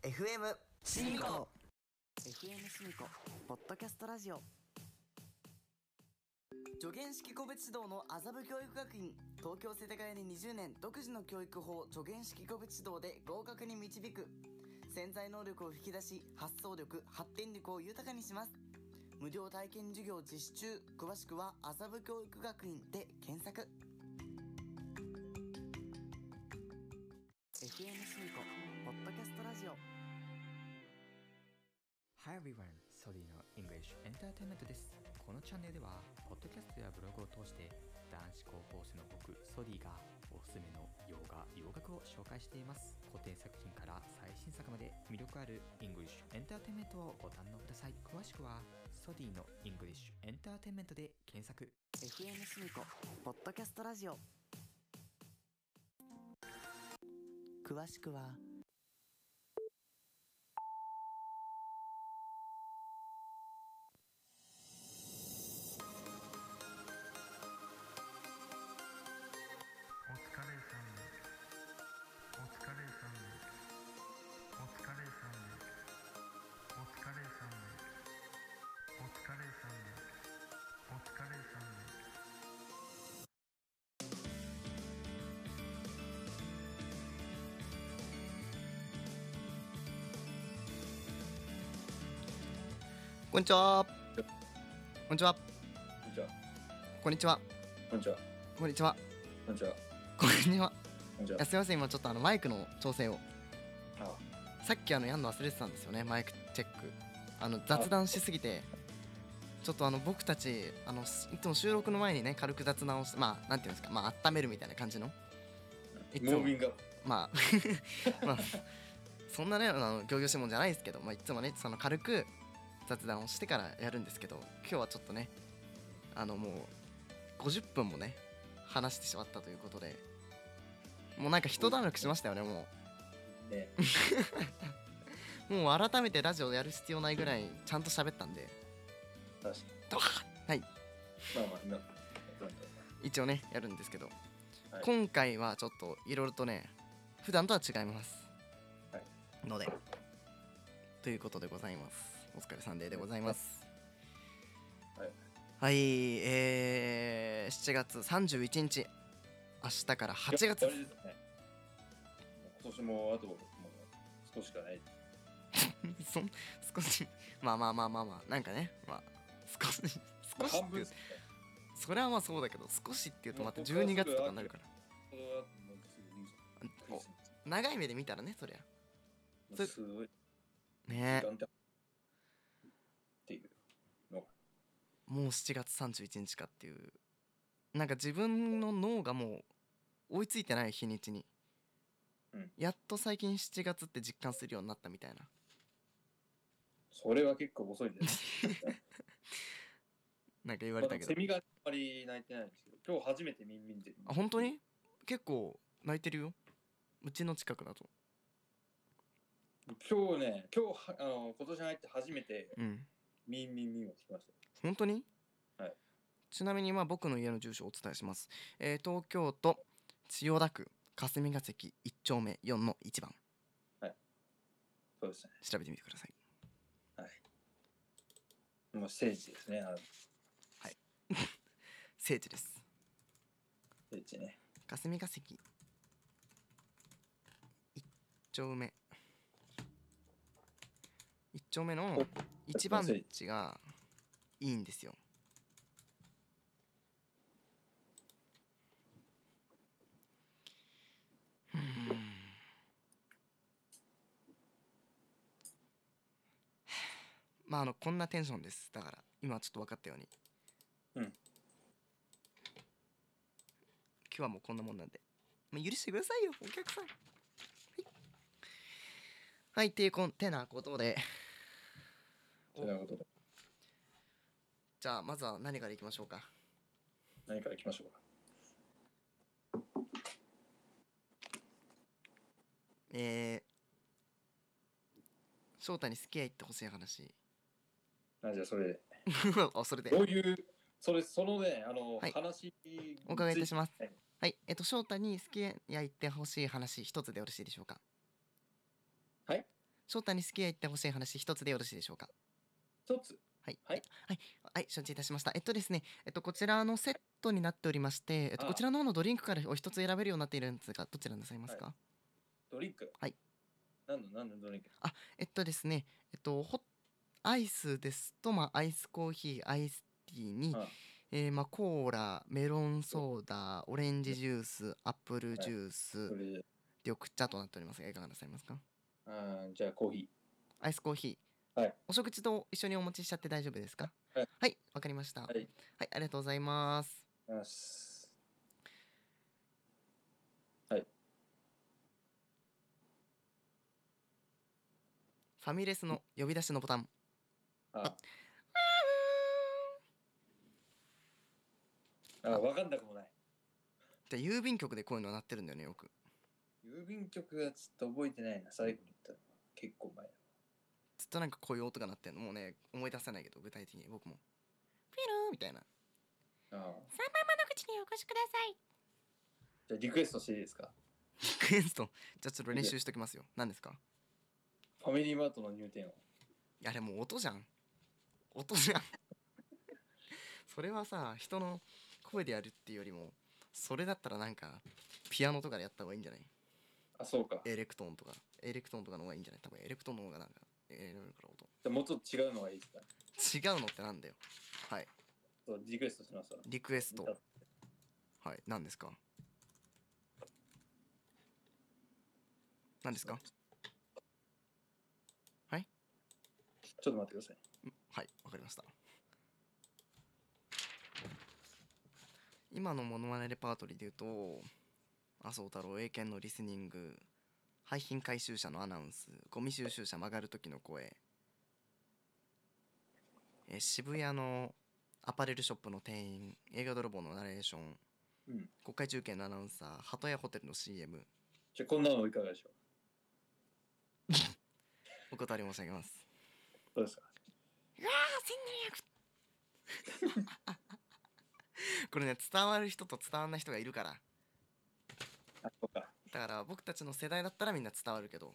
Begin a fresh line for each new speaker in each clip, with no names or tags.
FM
シミコ FM シミコポッドキャストラジオ
助言式個別指導の麻布教育学院東京世田谷に20年独自の教育法助言式個別指導で合格に導く潜在能力を引き出し発想力発展力を豊かにします無料体験授業実施中詳しくは麻布教育学院で検索
FM シミコポッドキャストラジオ
Hi everyone! ソディの English Entertainment です。このチャンネルでは、ポッドキャストやブログを通して、男子高校生の僕、ソディがおすすめの洋画、洋楽を紹介しています。古典作品から最新作まで魅力ある English Entertainment をご堪能ください。詳しくは、ソディの English Entertainment で検索。
FM シミコポッドキャストラジオ
詳しくは
お疲れ様お疲れ様お疲れ様お疲れ様お疲れ様お疲れ様
こんにちはこんにちは
こんにちは。
こんにちは
こんにちは。
こんにちは
こんにちは。
こんにちは
こんにち
いやすいません今ちょっとあのマイクの調整を
は。
さっきあのやんの忘れてたんですよねマイクチェックあの雑談しすぎてちょっとあの僕たちあのすいつも収録の前にね軽く雑談をしてまあなんていうんですかまあ温めるみたいな感じのいつ
モー
も
ビングアップ。
まあ まあそんなねあの行々しいもんじゃないですけど、まあ、いつもねその軽く雑談をしてからやるんですけど今日はちょっとねあのもう50分もね話してしまったということでもうなんか一段落しましたよねもう
ね。
もう改めてラジオやる必要ないぐらいちゃんと喋ったんで
確か
ドワーッはい
に。まあまあ、今。なんと
一応ねやるんですけど、
はい
今回はちょっといろいろとね普段とは違います、
は
のでということでございますお疲れサンデーでございます
はい
はいえー、7月31日明日から8
いやあれ
月
ですね。今年もあと、もう少ししかない。
そん少しまあまあまあまあまあなんかねまあ少し少し
半
ってい
分
う
ですね。
それはまあそうだけど少しっていうとまた
もうここから
12月とかになるから
これはもうすぐニュースクリスマス
長い目で見たらねそりゃ
もうすごい時
ね
間帯っていうの
もう7月31日かっていうなんか自分の脳がもう追いついてない日にちに、
うん
やっと最近7月って実感するようになったみたいな
それは結構遅いんです
なんか言
ま
わ
あ
れ
で
たけど
もセミがあんまり泣いてないんですけど今日初めてミンミンで
あ本当に結構泣いてるようちの近くだと
今日ね今日はあの今年入って初めて
うん
ミンミンミンを聞きました
本当に、
はい
ちなみにまあ僕の家の住所をお伝えします、えー東京都千代田区霞ヶ関1丁目4の1番
そうですね
調べてみてください
もう聖地ですね。あの
聖地です
聖地ね。
霞が関一丁目一丁目の一番地がいいんですようーんまああのこんなテンションですだから今ちょっと分かったように
うん
今日はもうこんなもんなんで、まあ、許してくださいよお客さんはいはいっていうこんてなことで
そんなことで
じゃあまずは何からいきましょうか
何からいきましょうか。
えー、翔太に付き合いってほしい話
なじゃあそれ
あそれで
どういうそれそのねあの、
はい
話に
お伺いいたします
はい
はいえっと翔太に付き合いってほしい話一つでよろしいでしょうか
はい。
翔太に好きや言ってほしい話一つでよろしいでしょうか
一つ。
はい。
はい。
はい。はい承知いたしました。えっとですね、えっと、こちらのセットになっておりまして、えっと、
ああ
こちらの方のドリンクからお一つ選べるようになっているんですが、どちらになさいますか、
ドリンク。
はい。
何の何のドリンク
えっとですね、えっと、ホッアイスですと、まあ、アイスコーヒー、アイスティーに、
ああ
えーまあ、コーラ、メロンソーダ、オレンジジュース、アップルジュース、
それで。
緑茶となっておりますが、いかがなさいますか
あーじゃあコーヒ
アイスコーヒー。
はい
お食事と一緒にお持ちしちゃって大丈夫ですか
はい。、
はい、わかりました。はいはい、ありがとうございます。
ー。よし
ファミレスの呼び出しのボタン。
ああ。あ、わかんなくもない。
で郵便局でこういうの鳴ってるんだよねよく。
郵便局がちょっと覚えてないな、最後に言ったのは結構前。
ずっとなんかこういう音が鳴ってんのもうね思い出せないけど具体的に僕も。ピローみたいな。
ああ。
口にお越しください。
じゃあリクエストしていいですか
リクエスト。じゃあちょっと練習しときますよ。何ですか？
ファミリーマートの入店を。
いやあれもう音じゃん。音じゃん。それはさ人の声でやるっていうよりもそれだったらなんかピアノとかでやった方がいいんじゃない？
あ、そうか。じゃ
エレクトーンとかエレクトーンとかの方がいいんじゃない？多分エレクトーンの方がなんかえーから音。
あもうちょっと違うのがいいですか
違うのってなんだよ。はい。
そうリクエストしました。
リクエスト。はい、何ですか何ですか
ちょっと待ってください。
はい、わかりました。今のモノマネレパートリーで言うと、麻生太郎、英検のリスニング、廃品回収者のアナウンス、ゴミ収集車曲がる時の声、えー渋谷のアパレルショップの店員、映画泥棒のナレーション、
うん。
国会中継のアナウンサー、鳩屋ホテルの CM、
じゃあこんなのいかがでしょう
お断り申し上げます。
どうですか
これね、伝わる人と伝わんない人がいるから。
あ、そうか。
だから僕たちの世代だったらみんな伝わるけど、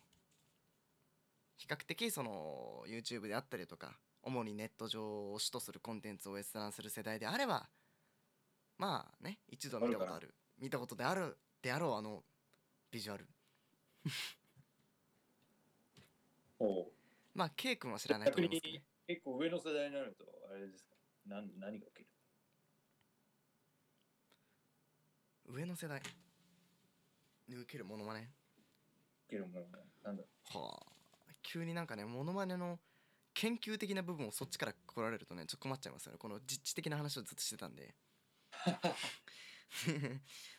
比較的その YouTube であったりとか、主にネット上を主とするコンテンツを閲覧する世代であれば、まあね、一度は見たことあ
わか
る。見たことである、であろう、あの、ビジュアル。
おお
まあ、K 君は知らないと
逆
思い
に
ますけどね、
結構上の世代になると、あれですかなん何が起きる
上の世代に受けるものまね。
起きるものがなんだろ
はあ急になんかねモノマネの研究的な部分をそっちから来られるとねちょっと困っちゃいますよねこの実地的な話をずっとしてたんで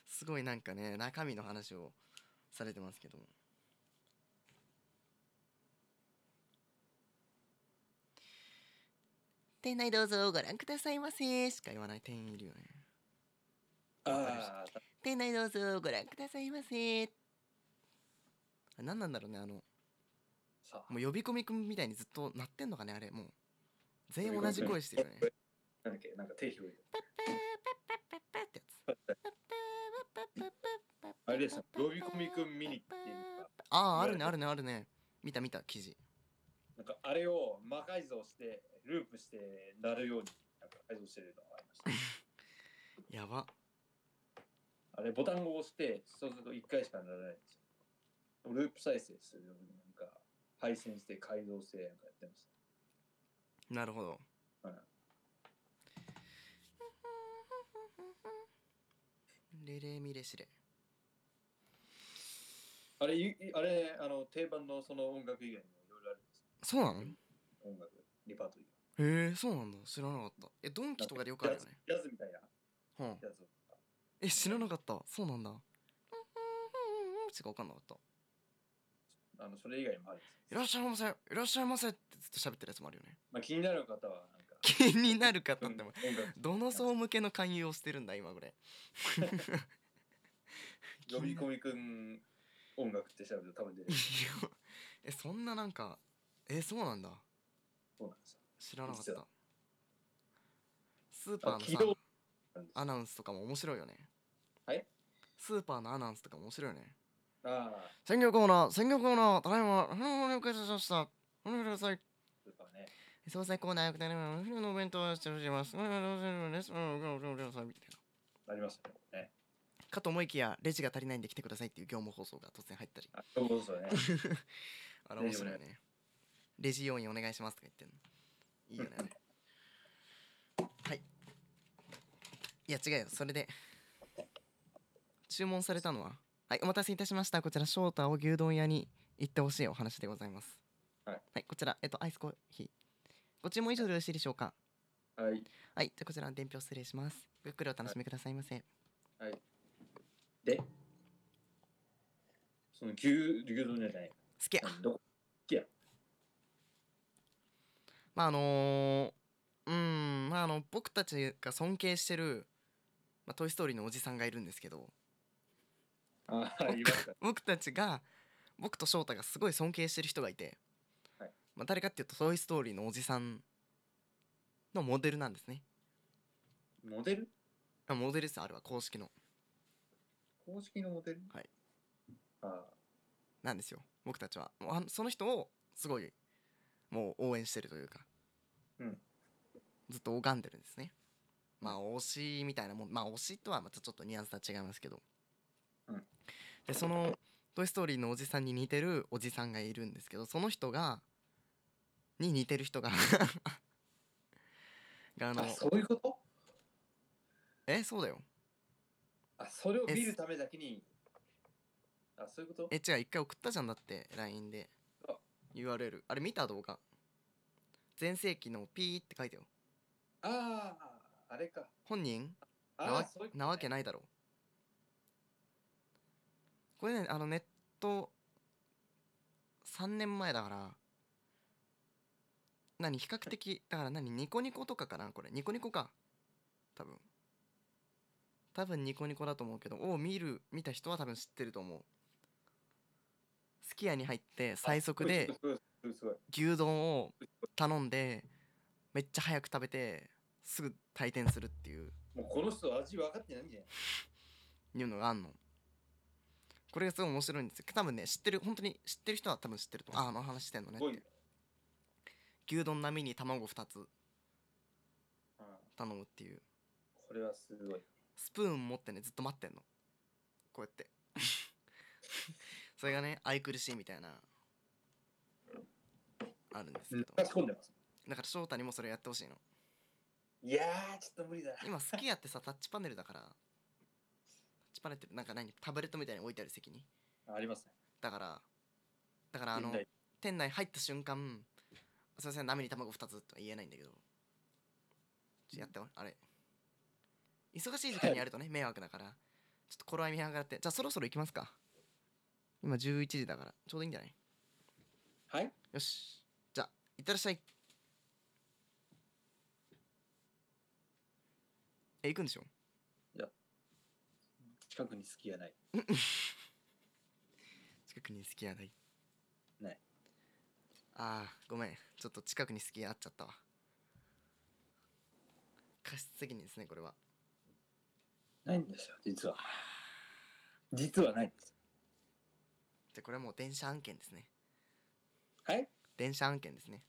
すごいなんかね中身の話をされてますけども店内どうぞご覧くださいませしか言わない店員いるよね
う。
わかりまし
ああ、
店内どうぞご覧くださいませあ何なんだろうねあの
さあ、
もう呼び込み君みたいにずっと鳴ってんのかねあれもう全員同じ声してるよね
なんだっけなんか手広い。
ってやつ
あれですよ、呼び込みくん見に行っていうか、
あああるねあるねあるね見た見た記事
なんかあれを魔改造して、ループして、なるように、なんか改造してるのがありました。
やば
あれ、ボタンを押して、そうすると1回しかならないんですよ。ループ再生するように、なんか、配線して、改造して、なんかやってまし
なるほど
た。うん
レレミレシレ
あれ、いあれ、あの、定番のその音楽以外にもいろいろあるんです
そうなのへ
よ。音楽、レパートリー
えそうなんだ知らなかったえドン
が。
キとかでよくあるよね
ジャズジャズみたいな
うん
やつを。
え知らなかったそうなんだしか分かんなかった
あの、それ以外にもあるんですよ。
いらっしゃいませいらっしゃいませってずっと喋ってるやつもあるよね
まあ、気になる方は、なんか、
気になる方
う
っ
ん
ても
音楽
どの層向けの勧誘をしてるんだ今これ
呼び込みくん音楽って調べると多分出て
い
く
や
る。
えそんななんかえそうなんだ
そうなんですよ。
知らなかっ
実
た
は
スーパ
あ
ー
軌
の
道
さ
なんです
アナウンスとかも面白いよね
はい
スーパーのアナウンスとかも面白いよね
ああ、
鮮魚コーナー鮮魚コーナーただいまお了解しましたお願いください
そうかね。
惣菜コーナーよくなりますお昼のお弁当をしておりますお願いしますお願いしますみたいな
ありましたね。これね
かと思いきやレジが足りないんで来てくださいっていう業務放送が突然入ったり
あ、そういうことですよね。
あれ面白いよねレジ要員お願いしますとか言ってんのいいよね あれはいいや違うよそれで注文されたのははいお待たせいたしましたこちら翔太を牛丼屋に行ってほしいお話でございます
はい、
こちらえっとアイスコーヒーご注文以上でよろしいでしょうか
はい。
はいじゃあこちら伝票失礼しますごゆっくりお楽しみくださいませ、
で、その牛、牛丼じゃない。
好きや
どこ
まああのーうんまああの僕たちが尊敬してる「まあ、トイ・ストーリー」のおじさんがいるんですけど
ああ、いました。
僕たちが僕と翔太がすごい尊敬してる人がいて、
はい
まあ、誰かっていうと「トイ・ストーリー」のおじさんのモデルなんですね
モデル
あモデルですあれは公式の
公式のモデル
はい。
あ
なんですよ僕たちはもうあのその人をすごいもう応援してるというか、
うん
ずっと拝んでるんですねまあ推しみたいなもんまあ推しとはまたちょっとニュアンスは違いますけど、
うん
でその「トイ・ストーリー」のおじさんに似てるおじさんがいるんですけどその人がに似てる人が があ
あ。
の
あ、そういうこと
えそうだよ
あ、それを
え
見るためだけに。あ、そういうこと
え違う一回送ったじゃんだって LINE で
あ
URL あれ見た動画全盛期のピーって書いてよ
ああ、あれか。
本人な
ああ、
わ
そういうことね
なわけないだろうこれねあのネット3年前だから何比較的だから何ニコニコとかかなこれニコニコか多分多分ニコニコだと思うけどを見る見た人は多分知ってると思うすき家に入って最速で。
すごいすごいすごい。
牛丼を頼んでめっちゃ早く食べてすぐ退店するっていう
もうこの人味分かってないんじゃない
いうのがあんのこれがすごい面白いんですよ多分ね知ってる本当に知ってる人は多分知ってると思うああの話してんのね
す
っ
ごい
て。牛丼並みに卵2つ
ああ
頼むっていう
これはすごい。
スプーン持ってねずっと待ってんのこう やってそれがね愛くるしいみたいなあるんですけ
流
ど
し込んでます。
だから翔太にもそれやってほしいの
いやー、ちょっと無理だな。
今すき家ってさタッチパネルだからタッチパネルってなんか何タブレットみたいに置いてある席に
あありますね。
だからだからあの
現代
店内入った瞬間「すいません波に卵2つ」とは言えないんだけどちょやってあれ忙しい時間にやるとね迷惑だからちょっと頃合い見計らってじゃあそろそろ行きますか今11時だからちょうどいいんじゃない
はい
よしじゃあいってらっしゃいえ行くんでしょ
近くに好きやない。
近くに好きやない
ない
ああごめんちょっと近くに好きやあっちゃったわ過失責任ですねこれは
ないんですよ、実は。実はないんです。
じゃあこれはもう電車案件ですね
はい
電車案件ですね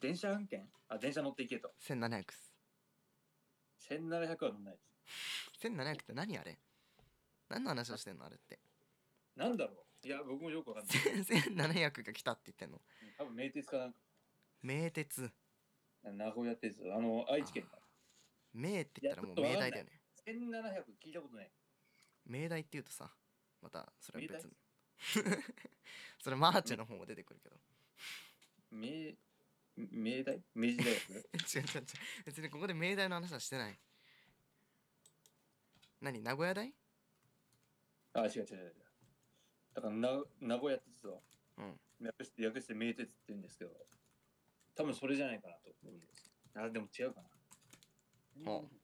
電車案件あ、電車乗っていけと。
1700っす
1700は乗んないです。
1700って何あれ何の話をしてんのあれって
なんだろういや、僕もよくわかん ない。
1700が来たって言ってんの
多分名鉄かなんか。
名鉄
名古屋鉄道。あの、愛知県だ。
名って言ったらもう
いやち
名
ょっとわか
大
ん
だ
ない
よね
1700聞いたことない。
名大って言うとさまたそれは別に
明
それマーチェの方も出てくるけど
名、名大明治大 学
違う違う違う別にここで明大の話はしてない何名古屋大
あ、違う違う違う違う。だからな、名古屋鉄道。
うん
略して、略して名鉄って言うんですけど、多分それじゃないかなと思うんです。あ、でも違うかな。
うん
うん。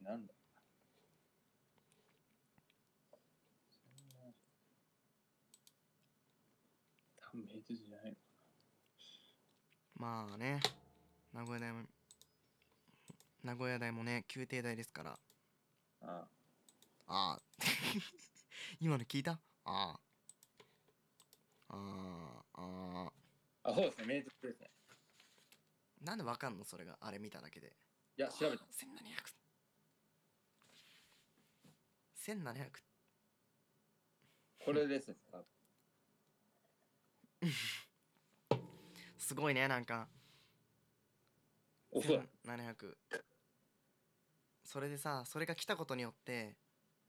なんだ多分名鉄じゃないのか
まあね名古屋大も名古屋大もね宮廷大ですから
な。あ
ああ 今の聞いたあーあーあー
あ、そうですね、名鉄ですね。
なんでわかんのそれがあれ見ただけで
いや、調べた。
1700 1700
これですね。多分
すごいねなんか
おそらく。
1700それでさそれが来たことによって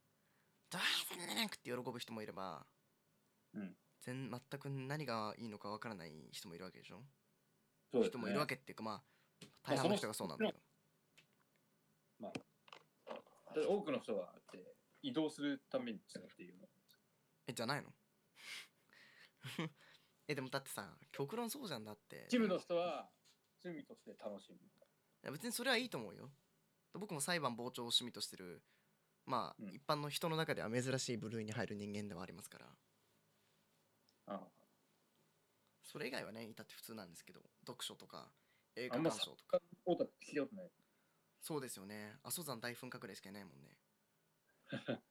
「どう1700!」って喜ぶ人もいれば、
うん
全全く何がいいのかわからない人もいるわけでしょ
そうです
人もいるわけっていうかまあ大半の人がそうなんだけど
ね。多くの人は、だって移動するために使っているの。
えじゃないの えでもだってさ極論そうじゃんだって
一部の人は、趣味として楽しむ。
いや別にそれはいいと思うよ僕も裁判傍聴を趣味としてるまあ、
うん
一般の人の中では珍しい部類に入る人間ではありますから
あ
それ以外はね至って普通なんですけど読書とか映
あ
画
んま
鑑賞
作
とか
家オタク聞いたことない。
そうですよね阿蘇山大噴火くらいしかいないもんね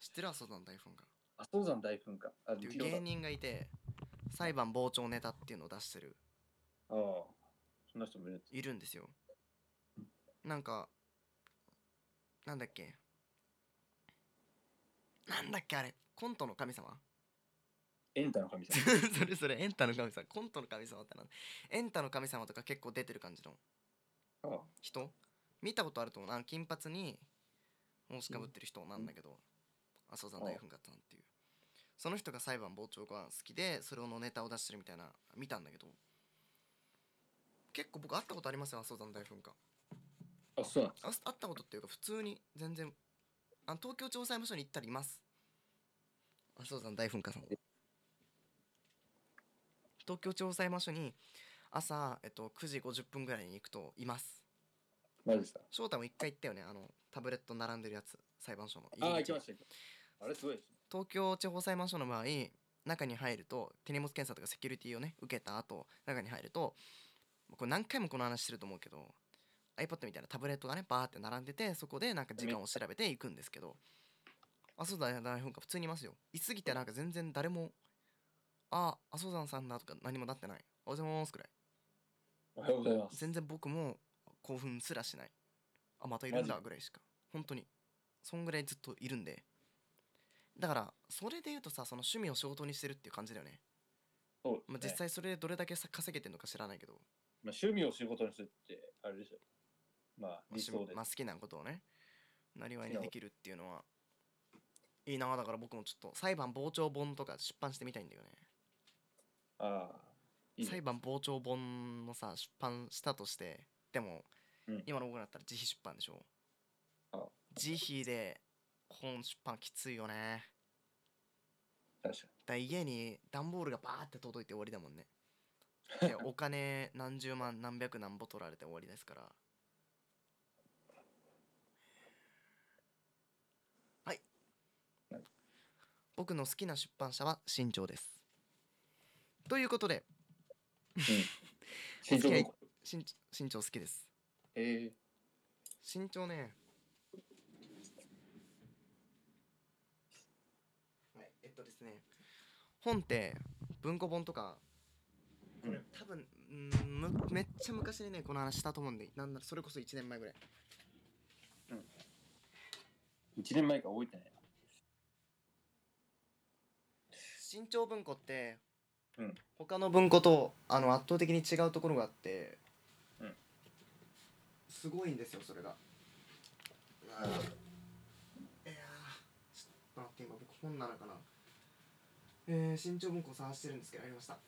知ってる阿蘇山大噴火
阿蘇山大噴火。あ、
ってい
聞
う
いたことあ
芸
る
人がいて裁判傍聴ネタっていうのを出してる
ああ。そんな人もいるんです。
いるんですよなんかなんだっけなんだっけあれコントの神様
エンタの神様。
それそれエンタの神様コントの神様ってなんエンタの神様とか結構出てる感じの
ああ
人見たことあると思うあの金髪に帽子かぶってる人なんだけど麻生さん大噴火さんっていうその人が裁判傍聴が好きでそれをのネタを出してるみたいな見たんだけど結構僕会ったことありますよ麻生さん大噴火
あ、そうなんです。
あ会ったことっていうか普通に全然あの東京地方裁判所に行ったりいます麻生さん大噴火さん東京地方裁判所に朝、えっと、9時50分ぐらいに行くといます
マジですか。
翔太も一回行ったよねあのタブレット並んでるやつ裁判所の
ああ、
入
行
り
き
口
ました。行きましたあれすごいですね。
東京地方裁判所の場合中に入ると手荷物検査とかセキュリティをね受けた後中に入るとこれ何回もこの話してると思うけど iPad みたいなタブレットがねバーって並んでてそこでなんか時間を調べていくんですけど麻生山大噴火普通にいますよいすぎてなんか全然誰も「ああ麻生山さんだ」とか何もなってない「おはようございます」くらい
おはようございます。
全然僕も興奮すらしないあまたいるんだ
マ
ぐらいしか本当にそんぐらいずっといるんでだからそれで言うとさその趣味を仕事にしてるっていう感じだよね、
そうですね
まあ、実際それでどれだけさ稼げてるのか知らないけど、
まあ、趣味を仕事にするって、あれですよ。まあ、
まあ
理想で
まあ、好きなことをねなりわいにできるっていうのはいいなだから僕もちょっと裁判傍聴本とか出版してみたいんだよね
ああ。いいね
裁判傍聴本のさ出版したとしてでも、
うん
今の僕だったら自費出版でしょ
あ
自費で本出版きついよね
確か
だから家に段ボールがバーって届いて終わりだもんねでお金何十万何百何ぼ取られて終わりですからはい
はい
僕の好きな出版社は新潮ですということで
に。身長
付き合
の
い新新潮好きです
ええ
身長ねはいえっとですね本って文庫本とかこれ
うん
多分うんむめっちゃ昔にねこの話したと思うんでなんならそれこそ1年前ぐらい
一年前から覚えてないな。
新潮文庫って、
うん
他の文庫とあの圧倒的に違うところがあって、
うん
すごいんですよそれがあーいやーちょっと待って今僕本なのかなえー、新潮文庫を探してるんですけどありました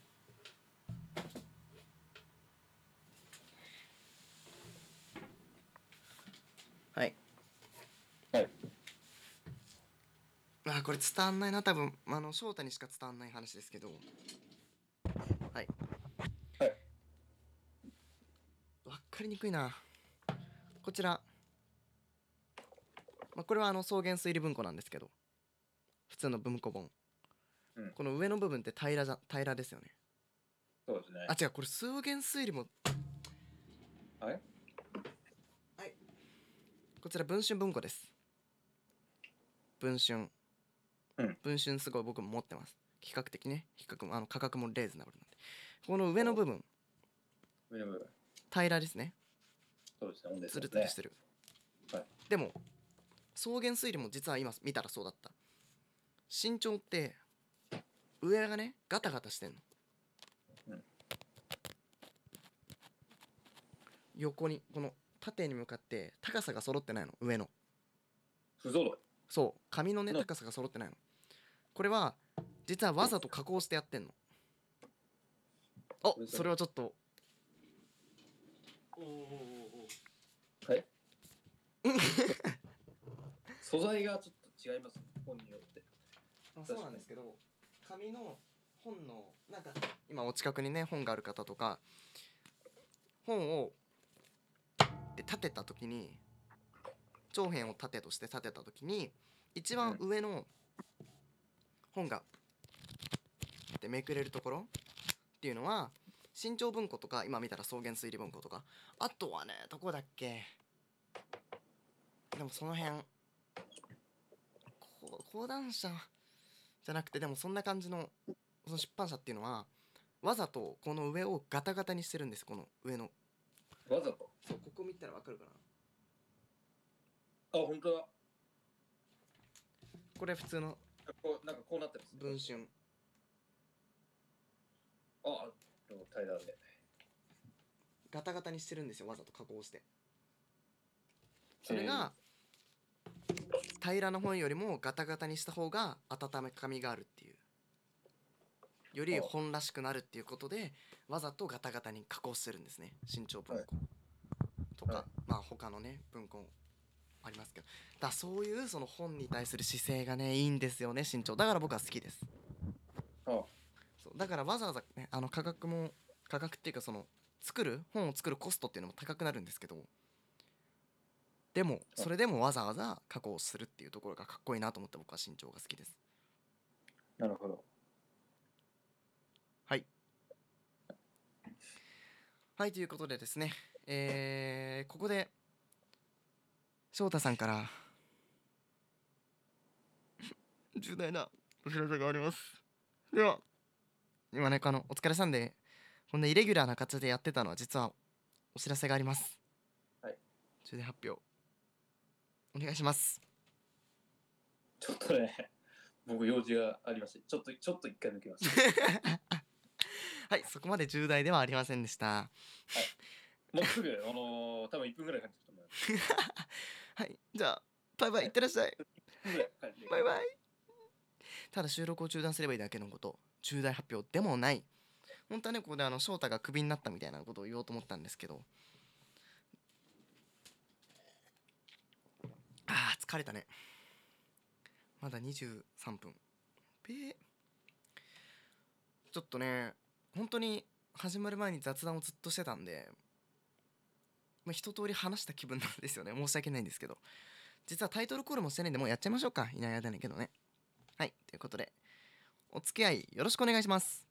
はい
はい
あーこれ伝わんないな多分あの翔太にしか伝わんない話ですけどはい
はい
わかりにくいなこちら、まあ、これはあの草原推理文庫なんですけど普通の文庫本、
うん
この上の部分って平らじゃ平らですよね
そうですね。
あ違うこれ草原推理も
あれ
はいこちら文春文庫です文春
うん
文春すごい僕も持ってます比較的ね比較もあの価格もレーズナブルなんでこの上の部分
ウェブ
平らですね
そうですね、オンデ
つる
ス
つる
ね
し。てる、
はい
でも草原推理も実は今見たらそうだった身長って上がねガタガタしてんの、
うん
横にこの縦に向かって高さが揃ってないの上の
不揃い。
そう髪のね
な
高さが揃ってないのこれは実はわざと加工してやってんのお
これそれ
それはちょっと
はい。素材がちょっと違います、本によって。
まあ
確かに
そうなんですけど紙の本のなんか今お近くにね本がある方とか本をで立てた時に長辺を縦として立てた時に一番上の本がってめくれるところっていうのは身長文庫とか今見たら草原推理文庫とかあとはねどこだっけでもその辺こ講談社じゃなくてでもそんな感じのその出版社っていうのはわざとこの上をガタガタにしてるんですこの上の
わざと。
そうここ見たらわかるかな
あ、本当だ。
これ普通の
こうなんかこうなってます。
文春
あ、でも平らで。
ガタガタにしてるんですよわざと加工してそれが平らな本よりもガタガタにした方が温めみがあるっていうより
あ
本らしくなるっていうことでわざとガタガタに加工してるんですね新潮文庫、
はい
とか、
はい
まあ他のね文庫もありますけどだからそういうその本に対する姿勢がねいいんですよね新潮だから僕は好きです
ああ
そうだからわざわざねあの価格も価格っていうかその作る本を作るコストっていうのも高くなるんですけどでもそれでもわざわざ加工するっていうところがかっこいいなと思って僕は身長が好きです
なるほど。
はいということでですねえーここで翔太さんから重大なお知らせがありますでは今ねあのお疲れさんでこんなイレギュラーな形でやってたのは実はお知らせがあります
はい
重大発表お願いします
ちょっとね、僕用事がありまして、ちょっと、ちょっと一回抜け ます。
はい、そこまで重大ではありませんでした。
もうすぐ、あのー、多分1分ぐらい帰ってくると思います。
はい、じゃあ、バイバイ、いってらっしゃい。
1分ぐらい帰ってくる
バイバイ。ただ収録を中断すればいいだけのこと、重大発表でもない。本当はね、ここであの翔太がクビになったみたいなことを言おうと思ったんですけど。あー疲れたね。まだ23分。べーちょっとね、本当に始まる前に雑談をずっとしてたんで、まあ、一通り話した気分なんですよね。申し訳ないんですけど。実はタイトルコールもしてないんで、もうやっちゃいましょうか。いない間だけどね。はい、ということで、お付き合いよろしくお願いします。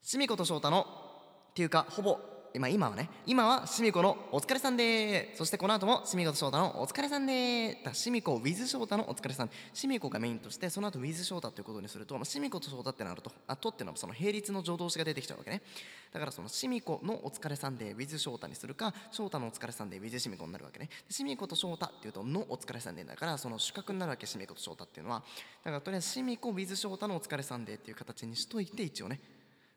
しみこと翔太の、っていうか、ほぼ、今、今はね、今はしみこのお疲れさんでーそしてこの後もしみこと翔太のお疲れさんでーだ、しみこ with 翔太のお疲れさん。しみこがメインとして、その後 with 翔太ということにすると、まあ、しみこと翔太ってなると、あとってのはその並立の助動詞が出てきちゃうわけね。だからそのシミコのお疲れさんで with 翔太にするか翔太のお疲れさんで with シミコになるわけねでシミコと翔太っていうとのお疲れさんでだからその主格になるわけシミコと翔太っていうのはだからとりあえずシミコ with 翔太のお疲れさんでっていう形にしといて一応ね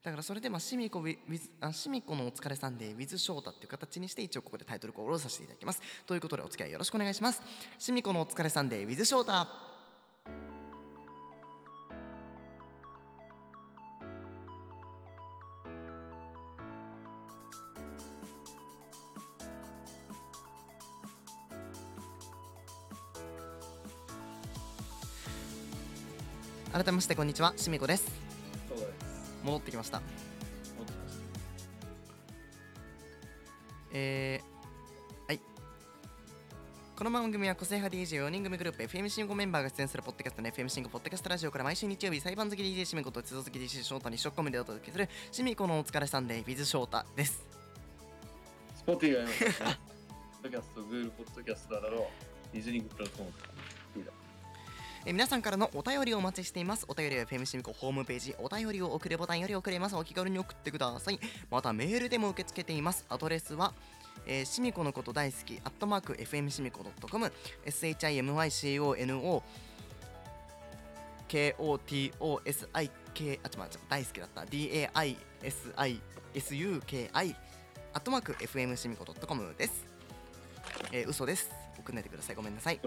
だからそれでまあシミコ with あシミコのお疲れさんで with 翔太っていう形にして一応ここでタイトルコールをさせていただきますということでお付き合いよろしくお願いしますシミコのお疲れさんで with 翔太改めましてこんにちはシミコです
そうです。
戻ってきました
戻ってきます
えーはいこの番組は個性派 DJ4 人組グループ FM シンゴメンバーが出演するポッドキャストの FM シンゴポッドキャストラジオから毎週日曜日裁判好き DJ シミコと地蔵好き DJ 翔太に一緒コメでお届けするシミコのお疲れさんで with 翔太です
スポティがやりましたね。ポッドキャスト、Google ポッドキャストだろう。ディズニーグプラットフォーム。
えー皆さんからのお便りをお待ちしていますお便りは FM シミコホームページお便りを送るボタンより送れますお気軽に送ってくださいまたメールでも受け付けていますアドレスはえー、シミコのこと大好き、アットマーク、FM シミコ .com、SHIMYCONO、KOTOSIK あちょっと待って大好きだった DAISISUKI アットマーク FM シミコ .com です、えー、嘘です送んないでくださいごめんなさい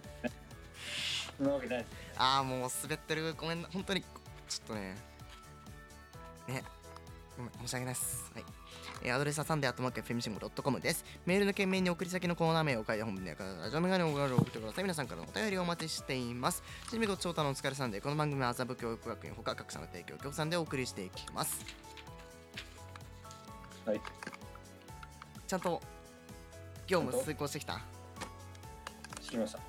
そんなわけないです
ああもう滑ってるごめんな本当にちょっとねねごめん申し訳ないですはいえーアドレスはサンデーアットマーク FMCM.com です。メールの件名に送り先のコーナー名を書いて本文でラジオメガネをご覧を送ってください。皆さんからのお便りをお待ちしています。ちみご長太のお疲れさんで、この番組は麻布教育学院ほか各社の提供、協賛でお送りしていきます。
はい
ちゃんと業務
ちゃんと
遂行してきた
聞きました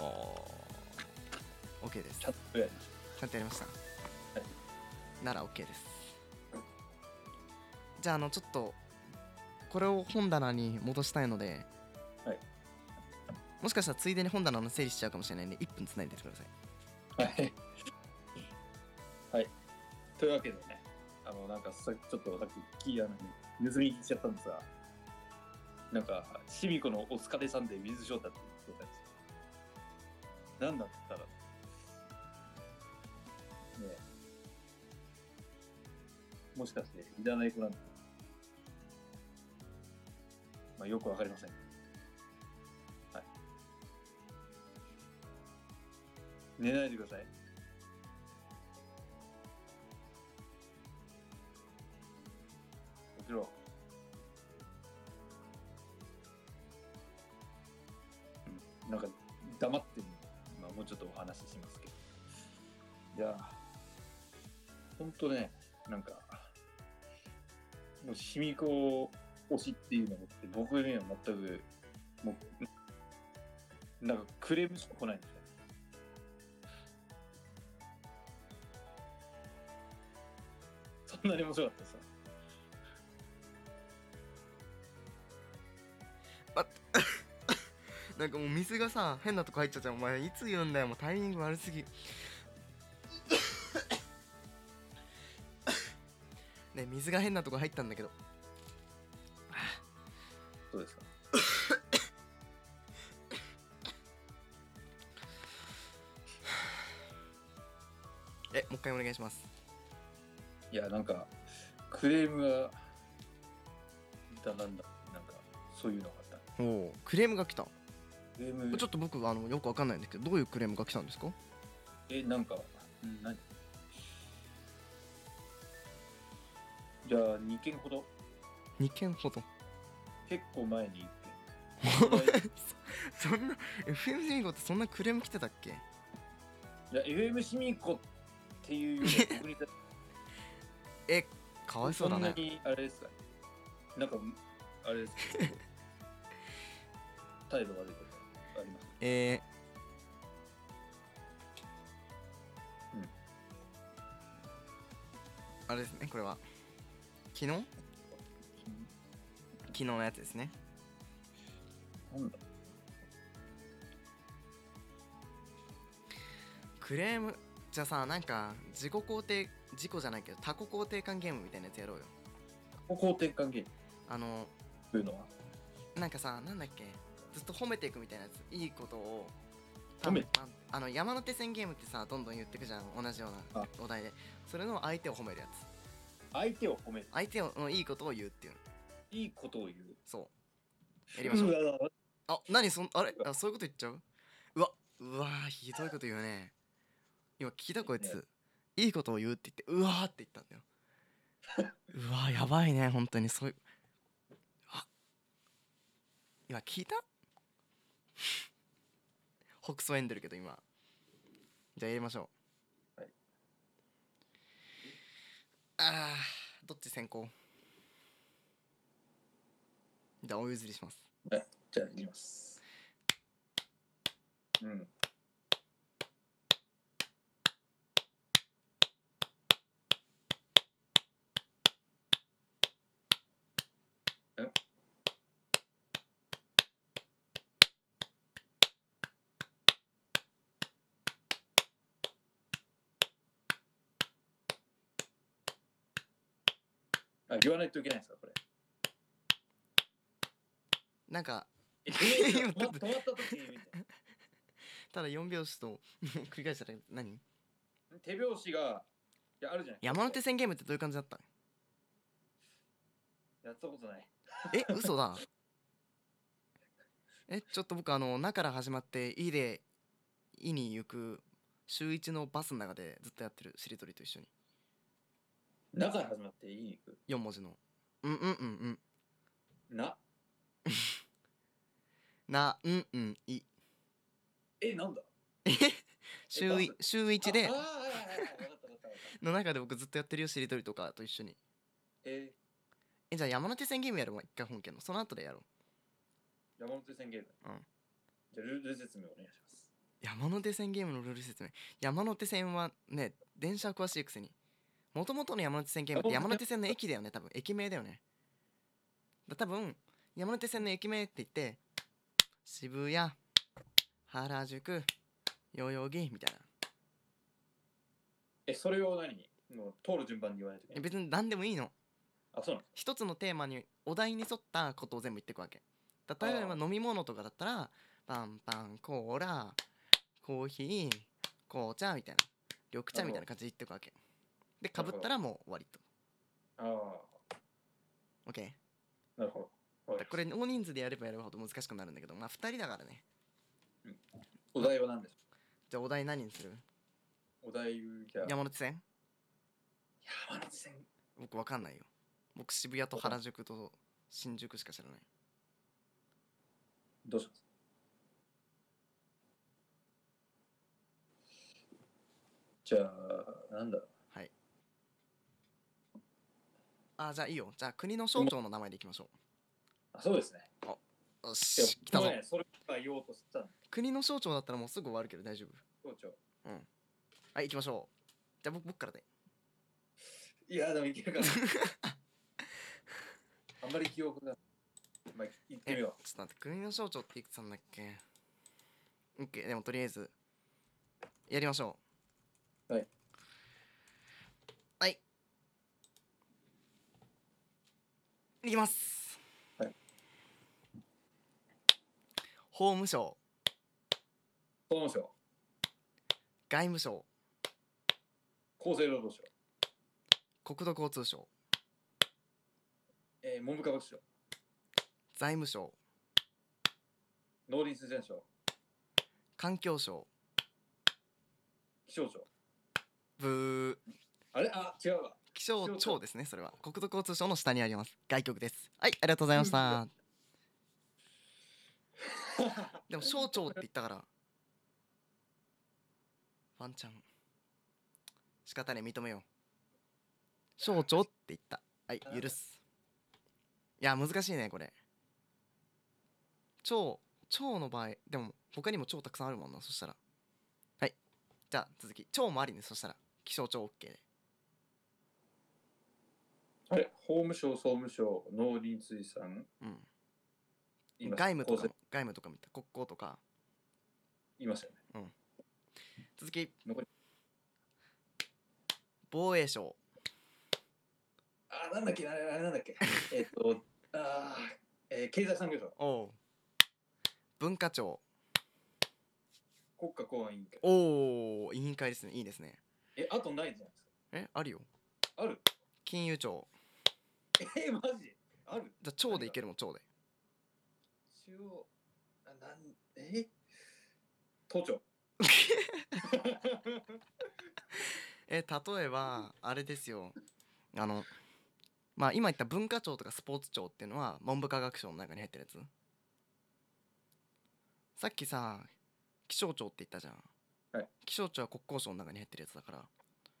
おー OK です。
ち
ち
ゃんとやりまし
ゃんとやりました。
は
なら OK です。じゃあ、あの、ちょっと、これを本棚に戻したいので、
はい
もしかしたらついでに本棚の整理しちゃうかもしれないんで、1分つないでてください。
たはいはいというわけでねあのなんかさちょっとさっき聞いあの盗み聞きしちゃったんですがなんかシミコのお疲れさんで水翔太って言ってたんです何だったらねえもしかしていらない子なんだまあよくわかりませんはい寝ないでください起きろうんなんか黙ってるの、まあ、もうちょっとお話ししますけどいやほんとねなんかもうシミコ推しっていうのもって僕には全くもうなんかクレームしか来ないんですよそんなに面白かったですよ
なんかもう水がさ変なとこ入っちゃったお前いつ言うんだよもうタイミング 悪すぎね水が変なとこ入ったんだけど
そうですか。
えもう一回お願いします
いや、なんか、クレームが、だなんだ、なんか、そういうのがあった。
おおクレームが来た
クレーム、
ちょっと僕あのよくわかんないんだけどどういうクレームが来たんですか
え、なんか、うん、何じゃあ、2件ほど、
2件ほど
結構前に1件。これ
そんな FM ジミゴってそんなクレーム来てたっけ
いや、FM シミコって いうよりは、僕に対して
えかわいそうだね
んなに、あれですかね。なんか、あれですけど、態度悪いことあります。
えー
うん
あれですねこれは昨日昨日のやつですね
なんだ
クレームじゃあさなんか自己肯定自己じゃないけど他己肯定感ゲームみたいなやつやろうよ
方向転換ゲーム
あの
というのは、
なんかさなんだっけずっと褒めていくみたいなやついいことを
褒め
パンパンあの山手線ゲームってさどんどん言ってくじゃん同じような
あ
お題でそれの相手を褒めるやつ
相手を褒める。
相手のいいことを言うっていう
いいことを言う。
そうやりましょう
うわ
あ何そんあれあそういうこと言っちゃううわうわーひどいこと言うね今聞いたこいついいことを言うって言ってうわーって言ったん だようわーやばいね本当にそういうあ今聞いた 北総エンドるけど今じゃあやりましょう、
はい
あーどっち先行じゃあお譲りします
じゃあ、いきます。うん。えあ言わないといけないんですかこれ
なんか
え
今
止ま止まった時にみたい
ただ4拍子と 繰り返したら何
な手拍子がいやあるじゃない
山手線ゲームってどういう感じだった
やったことない
え嘘だ えちょっと僕あの「な」から始まって「い」で「い」に行く週一のバスの中でずっとやってるしりとりと一緒に
なから始まっていい肉
4文字の「うんうんうんうん
な
なうんうんい
えなんだ」
週い
バ
週一で
ああああああ分かった分かった分かった
の中で僕ずっとやってるよしりとりとかと一緒に
え
えじゃあ山手線ゲームやるわ一回本家のその後でやろう
ー、山手線ゲーム、
うん、
じゃあルール説明お願いします
山手線ゲームのルール説明山手線はね電車は詳しいくせにもともとの山手線ゲームって山手線の駅だよね多分駅名だよねだ多分山手線の駅名って言って渋谷原宿代々木みたいな
えそれを何もう通る順番に言わないといけ
え
ない
別に何でもいいの
あそうなの
一つのテーマにお題に沿ったことを全部言ってくわけ例えば
あー
飲み物とかだったらパンパンコーラコーヒー紅茶みたいな緑茶みたいな感じで言ってくわけでか
な
ぶ
るほど
ったらもう終わりと
あ
OK
あなるほどわかりました
これ大人数でやればやるほど難しくなるんだけどまあ2人だからね
お題は何ですか
じゃあお題何にする
お題じゃあ
山手線
山手線
僕わかんないよ僕渋谷と原宿と新宿しか知らない
どうしますじゃあなんだ
あじゃあいいよじゃあ国の省庁の名前でいきましょ
あそうですね
うよ
いや
し来た
僕
ぞ
もねそれは言おうとしたんだ
国の省庁だったらもうすぐ終わるけど大丈夫
校長
はい行きましょうじゃあ僕僕からで
いやでもいける かなあんまり記憶がまあ行ってみよ
ちょっと待って国の省庁っていくつなんだっけ OK でもとりあえずやりましょう
はい
はいいきます
はい
法務省
う法務省
外務省
厚生労働省、
国土交通省
えー、文部科学省
財務省
農林水産省
環境省
気象庁
ブー
あれあ違うわ
気象
気象
庁
庁
ですねそれは国土交通省の下にあります外局ですはいありがとうございましたでも省庁って言ったからワンちゃん仕方ねえ認めよう省庁って言ったはい許すいや難しいねこれ庁庁の場合でも他にも庁たくさんあるもんなそしたらはいじゃあ続き庁もありねそしたら気象庁 OK で
あれ法務省総務省農林水産
うん
言いました
外務とか
厚
も
生
外務とか見た国交とか
言いましたよね
続き
残り
防衛省
あなんだっけあれあれなんだっけ えっとあー、えー経済産業省
おう文化庁
国家公安委員会
おお委員会ですねいいですね
えあとないじゃないです
えあるよ
かある
金融庁
えー、マジある
じゃあ庁でいけるもん庁で
中央あなんえ都庁
え例えばあれですよあのまあ今言った文化庁とかスポーツ庁っていうのは文部科学省の中に入ってるやつさっきさ気象庁って言ったじゃん、
はい
気象庁は国交省の中に入ってるやつだから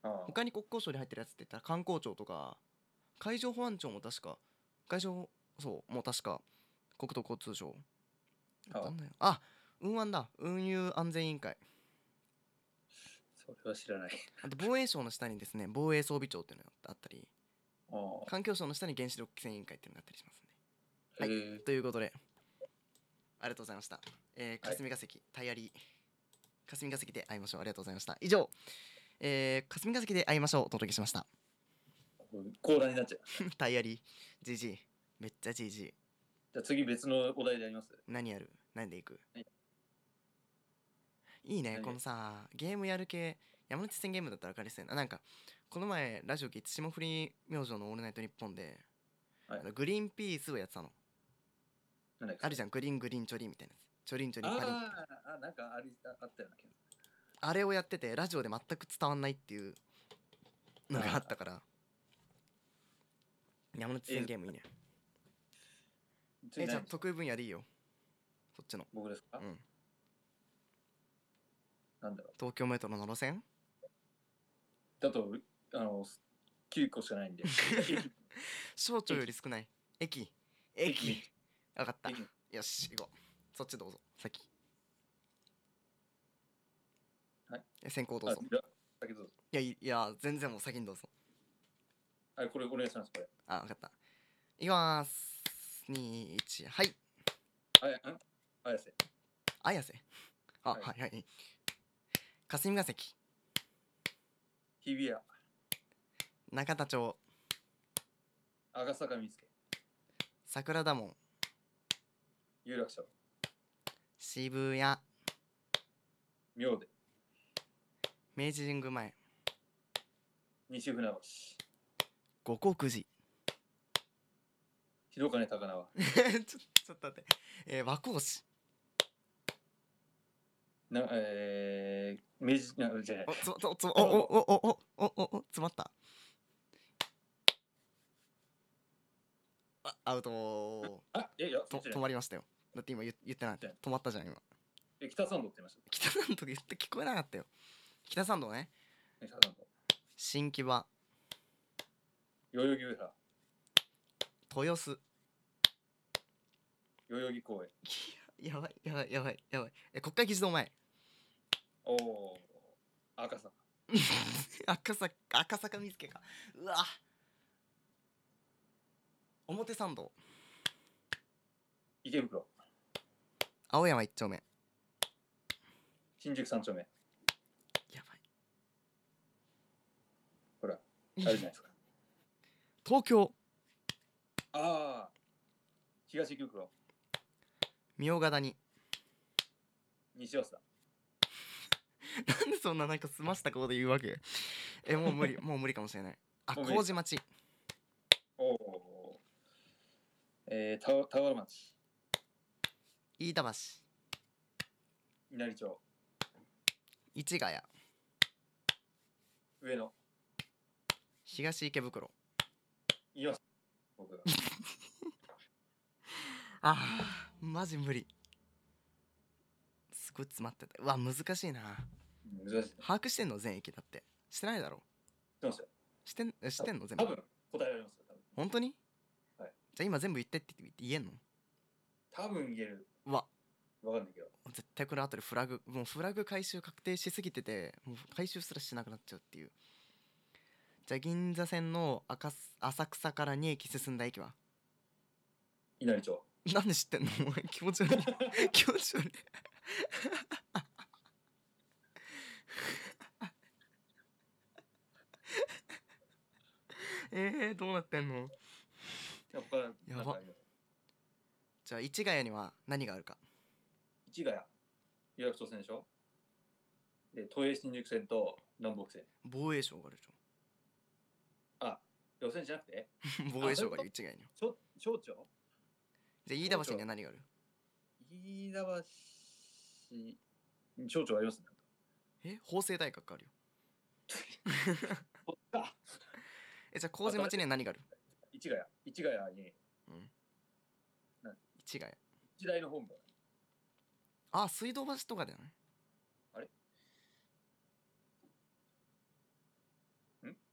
あー
他に国交省に入ってるやつって言ったら観光庁とか海上保安庁も確か海上そうもう確か国土交通省
あ
ああ運安だ運輸安全委員会
それは知らない
あと防衛省の下にですね防衛装備庁っていうのがあったり
あー
環境省の下に原子力規制委員会っていうのがあったりしますねはい
えー
ということでありがとうございました、えー、
はい
霞が関、タイヤリー霞が関で会いましょうありがとうございました以上、えー、霞が関で会いましょうお届けしました
講談になっちゃう。
タイヤリーじじいめっちゃじじい
じゃあ次別のお題でやります。
何やる何でいく
はい
いいね
何
このさゲームやる系山手線ゲームだったら分かりやすいななんかこの前ラジオ聞いて霜降り明星の「オールナイトニッポンで」
はい
あのグリーンピースをやってたの
なんだっけ
あるじゃんグリーングリーンチョリンみたいなやつチョリンチョリンパリン
あーあ、なんかありああったような気がす
あれをやっててラジオで全く伝わんないっていうのがあったから山手線ゲームいいね
る。
え
次
じゃあ
何
得意分野でいいよそっちの
僕ですか、
うん
なんだろう。
東京メトロの路線
だと、あの、9個しか ないんで。
省庁より少ない駅駅分かった
駅
よし行こうそっちどうぞ先
はい
え先行ど
あ
う
い
ぞ
や先どうぞ
いやいいや全然もう先にどうぞ
あ、これお願いします、これ。
あ分かったいきます21はい
あや、ん綾瀬。
綾瀬あは
はい
いはい霞が関
日比谷。
中田町
赤坂見附。
桜田門
有楽町。
渋谷
妙で。
明治神宮前
西船橋。
五穀寺
広金高輪。
ちょ ちょっと待って、えー、和光市
なえー、明治、なじゃない
お、つま、お、つま、お、お、お、お、お、お、お、詰まった。あ、アウトー。
あ、え、いや、
と、
そっちじゃ
止
ない
まりましたよ。だって今言言ってない。
え
止まったじゃん、今。
え、北参道って言いました。
北参道言って聞こえなかったよ。北参道ね。
北参道。
新木場、
代々木上原。
豊洲。
代々木公園。
やばい、やばい、やばい、やばい。え、国会議事堂前。
おお。赤坂。
赤坂、赤坂見附か。うわ。表参道、
池袋。
青山一丁目。
新宿三丁目。
やばい。
ほら、あるじゃない ですか。
東京、
ああ。東池袋。
茗ヶ谷。
西早稲田。
なんで そんななんか済ましたことで言うわけ えもう 無理もう無理かもしれないあ
もう無理
麹町
おお。えー、タワ、タワー町。
飯田橋
稲荷町。
市ヶ谷
上野。
東池袋
言いました。 僕が。
あーマジ無理すごい詰まってたうわ難しいな
難しい。知って
把握してんの全駅だってしてないだろ
ましたよ。
してんえ知ってんの全
多
部
分、答えられますよ。多分
本当に、
はい
じゃあ今全部言ってって言って言えんの
多分言える。
うわ
わかんないけど。
絶対この後でフラグもうフラグ回収確定しすぎててもう回収すらしなくなっちゃうっていうじゃあ銀座線の赤す浅草から2駅進んだ駅は
稲荷町。
なんで知ってんの お前気持ち悪い気持ち悪い えー、どうなってんの
やっぱ、なん
やば
かあります
じゃあ市ヶ谷には何があるか
市ヶ谷。有楽町線でしょで、都営新宿線と南北線。
防衛省があるでし
あ、路線じゃなくて
ょ 防衛省があるよ市ヶ谷には
ちょ町長
じゃあ飯田橋には何がある
飯田橋、町長ありますね。
え法政大学があるよ
こっちか
えじゃあ麹町には何がある
市ヶ谷。市ヶ谷に、
市ヶ谷
時代の本部。
あ水道橋とかだよね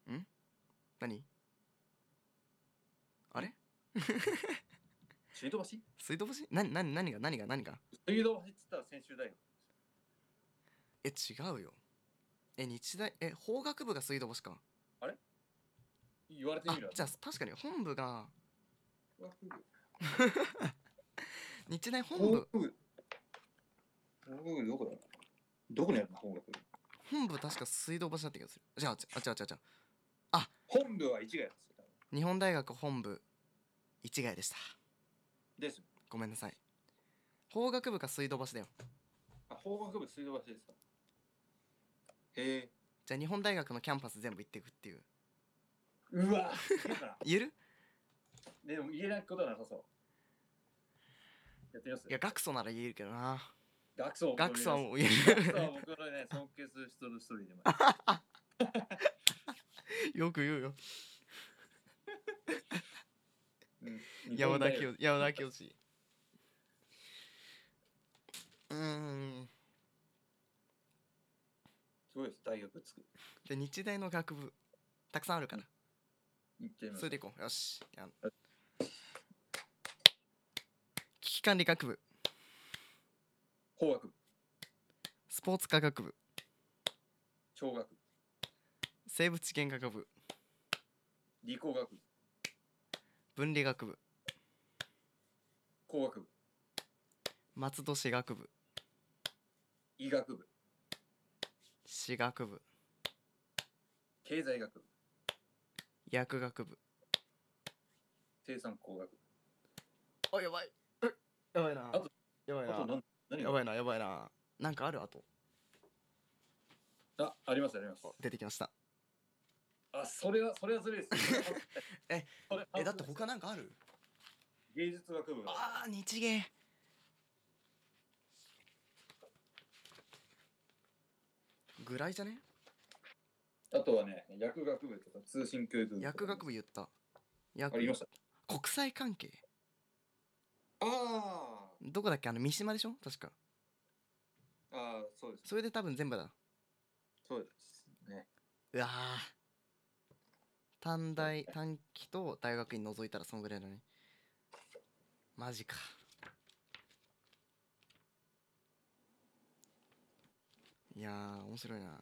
んん何あれ
水道橋
水道橋何何何が何が何が
水道橋って言ったら専修大学。
え違うよえ日大え法学部が水道橋か
言われて
あ
みる
じゃあ確かに本部が 日大本
本
部
部。本部どこだどこにあるの本部。
本部確か水道橋だった気がするじゃああ違う違う違う違うあ
本部は一概なんですよ多分
日本大学本部一概でした
ですよ
ごめんなさい法学部か水道橋だよ
あ法学部水道橋ですかへえ
じゃあ日本大学のキャンパス全部行っていくっていう
う わ言うかな
言える
でも言えないことはなさそうやってみます
いや学祖なら言えるけどな
学層
学祖はもう言え
学
る
層は僕のね尊敬する人の一人で もある
よく言うよ
うん
山田
日
清
本
志山田清志うーん
すごいです大学つく
で日大の学部たくさんあるから
行ってみます
それでいこうよしやん
は
危機管理学部
法学部
スポーツ科学部
小学部
生物研科学部
理工学部
分理学部
工学部
松戸市学部
医学部
歯学部
経済学部
薬学部
生産工学部
あやばいえやばいな
あと
やばい
あと
な
何何
や
が
ばいなやばいななんかあるあと
あありますあります
出てきました
あそれはそれはずるいです
え
それ
えだって他なんかある
芸術学部が
あー日芸ぐらいじゃね
あとはね薬学部とか通信教育部とか
薬学部言った
あ
薬
りました
国際関係
あ
どこだっけあの三島でしょ確か
あああそうです
それで多分全部だ
そうですね
うわー短大短期と大学院覗いたらそんぐらいだねマジかいやー面白いな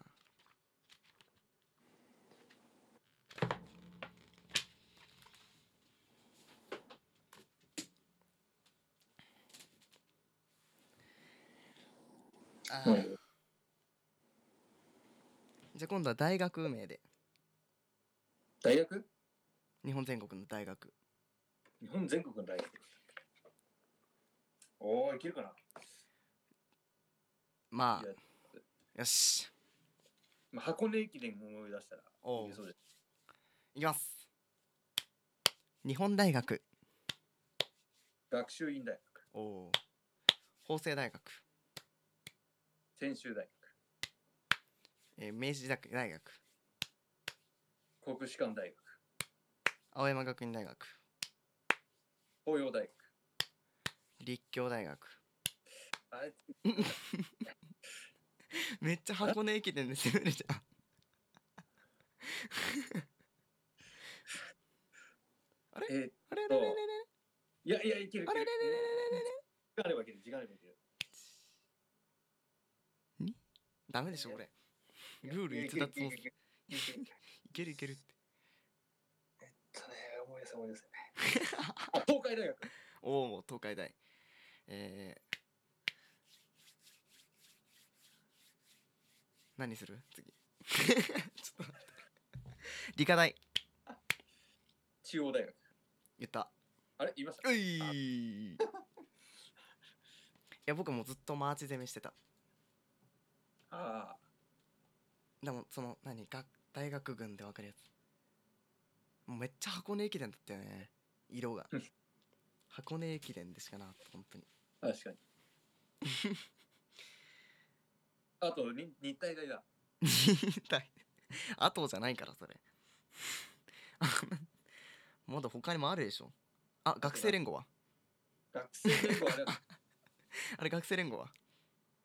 あー
はい
じゃあ今度は大学名で
大学
日本全国の大学
日本全国の大学おおいけるかな
ま
いや
あよし
まあ箱根駅伝思い出したら
おう
いけそうです
いきます日本大学
学習院大学
おお法政大学、
専修大
えー明治大大学
学国士舘大学
青山学院大学
東洋大学
立教大学
あれ
めっちゃ箱根駅伝で攻めるじゃん
えー
あれれれれれれ
いやいやいけるいける
あれれれれれれれれ
時間あればいける時間あればいける
ダメでしょ俺ルール逸脱も
いけるいけるいけるいける
いけるいけるって
そうね思い出せ思い出せあ東海大学
おお東海大えー、何する次ちょっと待って理科大
中央大学
言った
あれ言いました
うい ーいや僕もうずっとマーチ攻めしてた
ああ
でもその何学大学群で分かるやつもうめっちゃ箱根駅伝だったよね色が箱根駅伝でしかなかった本当に
確 かにあとに日体大だ
日体あとじゃないからそれ あまだ他にもあるでしょあ学生連合は
学生連合はあれ
あれ学生連合は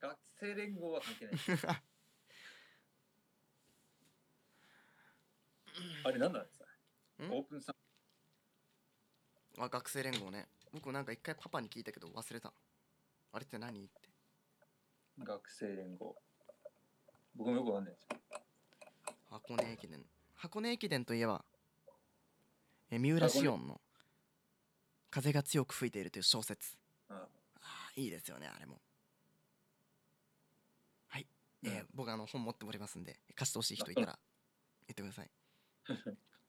学生連合は関係ない あれ何なんですか
ん
オープンサン
あ学生連合ね僕なんか一回パパに聞いたけど忘れたあれって何って
学生連合僕もよくわかんないです
箱根駅伝箱根駅伝といえばえ三浦紫音の「風が強く吹いている」という小説
うん
あーいいですよねあれもはい、えー
うん
僕あの本持っておりますんで貸してほしい人いたら言ってください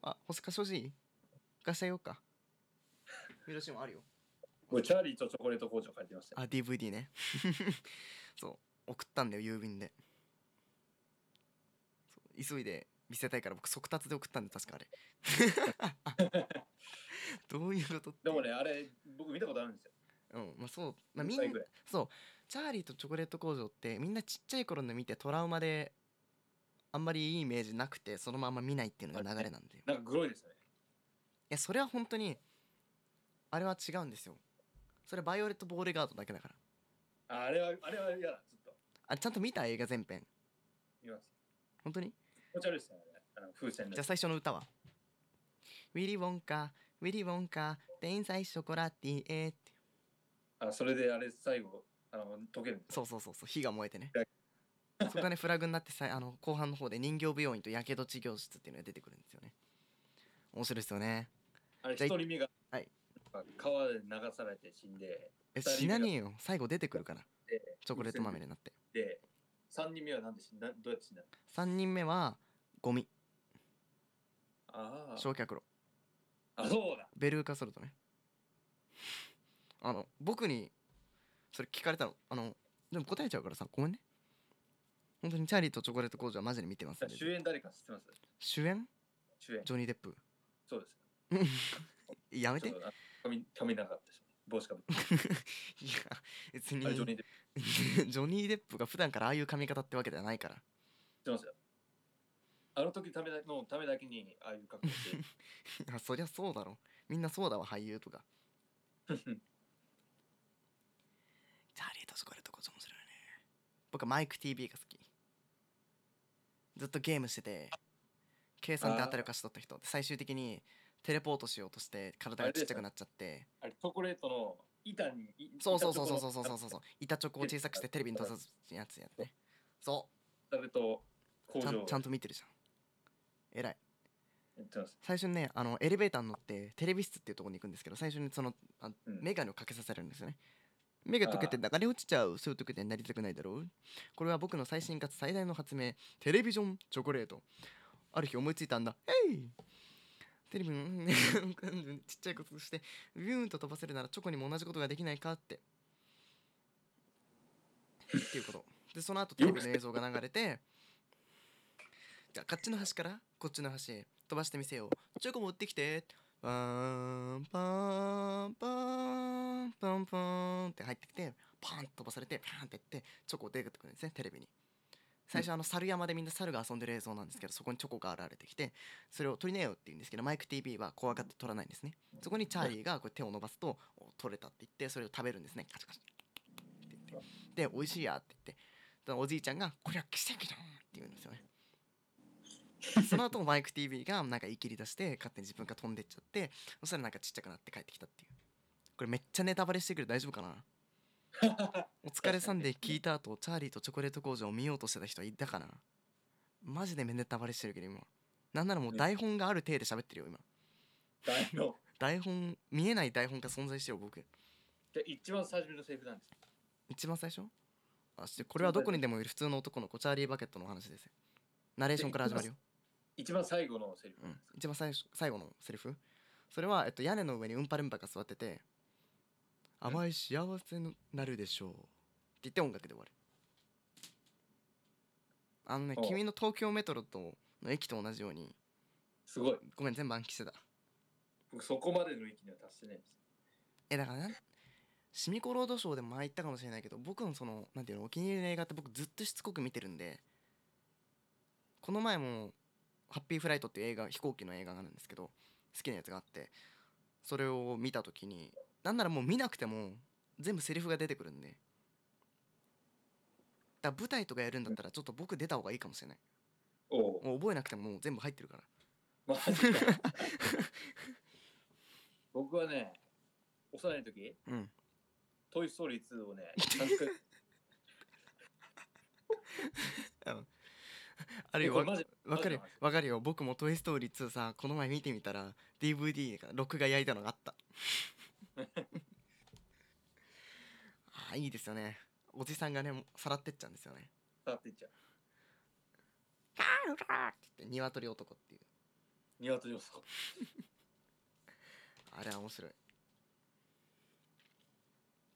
あホスカ所持いい貸してあげようか見出しもあるよ
これチャーリーとチョコレート工場書いてましたよ
あ DVD ね そう送ったんだよ郵便でそう急いで見せたいから僕速達で送ったんで確かあれ どういうことって
でもねあれ僕見たことあるんですよ
うんまあそう、まあ、みん
10歳ぐらい
そうチャーリーとチョコレート工場ってみんなちっちゃい頃の見てトラウマであんまりいいイメージなくてそのまま見ないっていうのが流れなんで
なんかグロいですよね
いやそれは本当にあれは違うんですよそれバイオレット・ボーレガードだけだから
ああれはあれは嫌だちょっと
あちゃんと見た映画全編
見ます
本当に
気持ち悪いですよねあの風船の
じゃあ最初の歌はウィリー・ウォンカウィリー・ウォンカ天才ショコラティエって
あそれであれ最後あの溶けるんですよ
そうそうそうそう火が燃えてね
は
そこがねフラグになってさあの後半の方で人形病院とやけど治療室っていうのが出てくるんですよね面白いですよね
あれ
じゃ
一
あ
人目が
はい
川で流されて死んで
え
二人目が
死なねえよ最後出てくるから
で
チョコレートまみれになって
で3人目はなんで死んだどうやって死んだの
3人目はゴミ
あー
焼却炉
あそうだ
ベルーカソルトねあの僕にそれ聞かれたのあのでも答えちゃうからさごめんね本当にチャーリーとチョコレート工場はマジで見てますんで
主演誰か知ってます
主演
主演
ジョニー・デップ
そうです
やめて
ちょっとあ髪髪長かったし帽子かぶって
いや別に
あれジョニーデップ
ジョニー・デップが普段からああいう髪型ってわけではないから
知ってますよあの時ためだのためだけにああいう格好 して
いやそりゃそうだろみんなそうだわ俳優と かチャーリーとチョコレートこっち面白いね僕はマイク TV が好きずっとゲームしてて計算で当たりを貸し取った人で最終的にテレポートしようとして体がちっちゃくなっちゃって
あれチョコレートの板にい
そうそうそう
板
そ
チ
う
ョ
そう
コ
そう
の
そうそう板チョコを小さくしてテレビに閉ざすやつやってねそ
誰と工
うちゃ
場
んちゃんと見てるじゃん偉い
やってます
最初にねあのエレベーターに乗ってテレビ室っていうところに行くんですけど最初にそのあ
うん
メガネをかけさせるんですよね、目が溶けて流れ落ちちゃうそういう時になりたくないだろうこれは僕の最新かつ最大の発明テレビジョンチョコレートある日思いついたんだえいテレビの うんちっちゃいことしてビューンと飛ばせるならチョコにも同じことができないかってっていうことでその後テレビの映像が流れてじゃあこっちの端からこっちの端へ飛ばしてみせようチョコ持ってきてパーンパーンパーンパンパンって入ってきてパーンと飛ばされてパーンってやってチョコ出てくるんですねテレビに最初あの猿山でみんな猿が遊んでる映像なんですけどそこにチョコが現れてきてそれを取りなよって言うんですけどマイク TV は怖がって取らないんですねそこにチャーリーがこう手を伸ばすとお取れたって言ってそれを食べるんですねカチャカチャって言ってで美味しいやって言ってそのおじいちゃんがこれは奇跡だって言うんですよねその後マイク TV がなんか言い切り出して勝手に自分が飛んでっちゃってそしたらなんかちっちゃくなって帰ってきたっていうこれめっちゃネタバレしてくる大丈夫かなお疲れさんで聞いた後チャーリーとチョコレート工場を見ようとしてた人いたかなマジでネタバレしてるけど今なんならもう台本がある体で喋ってるよ今
大の
台本見えない台本が存在してよ僕
で一番最初のセリフなんです
一番最初あしてこれはどこにでもいる普通の男の子チャーリーバケットのお話ですよナレーションから始まるよ
一番最後のセリフ
うん、一番最初最後のセリフそれは、えっと、屋根の上にうんぱるんぱが座ってて「
ん
甘い幸せになるでしょう」って言って音楽で終わるあのね
おう
君の東京メトロとの駅と同じように
すごい
ごめん全部暗記してた
僕そこまでの域には達してないんです
えだからなシミコロードショーでも前言ったかもしれないけど僕のそのなんていうのお気に入りの映画って僕ずっとしつこく見てるんでこの前も「ハッピーフライト」っていう映画飛行機の映画があるんですけど好きなやつがあってそれを見た時になんならもう見なくても全部セリフが出てくるんでだから舞台とかやるんだったらちょっと僕出た方がいいかもしれない
おお
もう覚えなくてももう全部入ってるから
マジ か僕はね幼い時
うん
「トイ・ストーリー2」をね3回
あるい
こ
は
れマジ
わかるよ
マジ
わかるよ僕も「トイ・ストーリー2」さこの前見てみたら DVD が録画焼いたのがあった あーいいですよねおじさんがねもうさらってっちゃうんですよね
伝わっていっちゃう
って言って鶏男っていう
鶏もそう
あれは面白い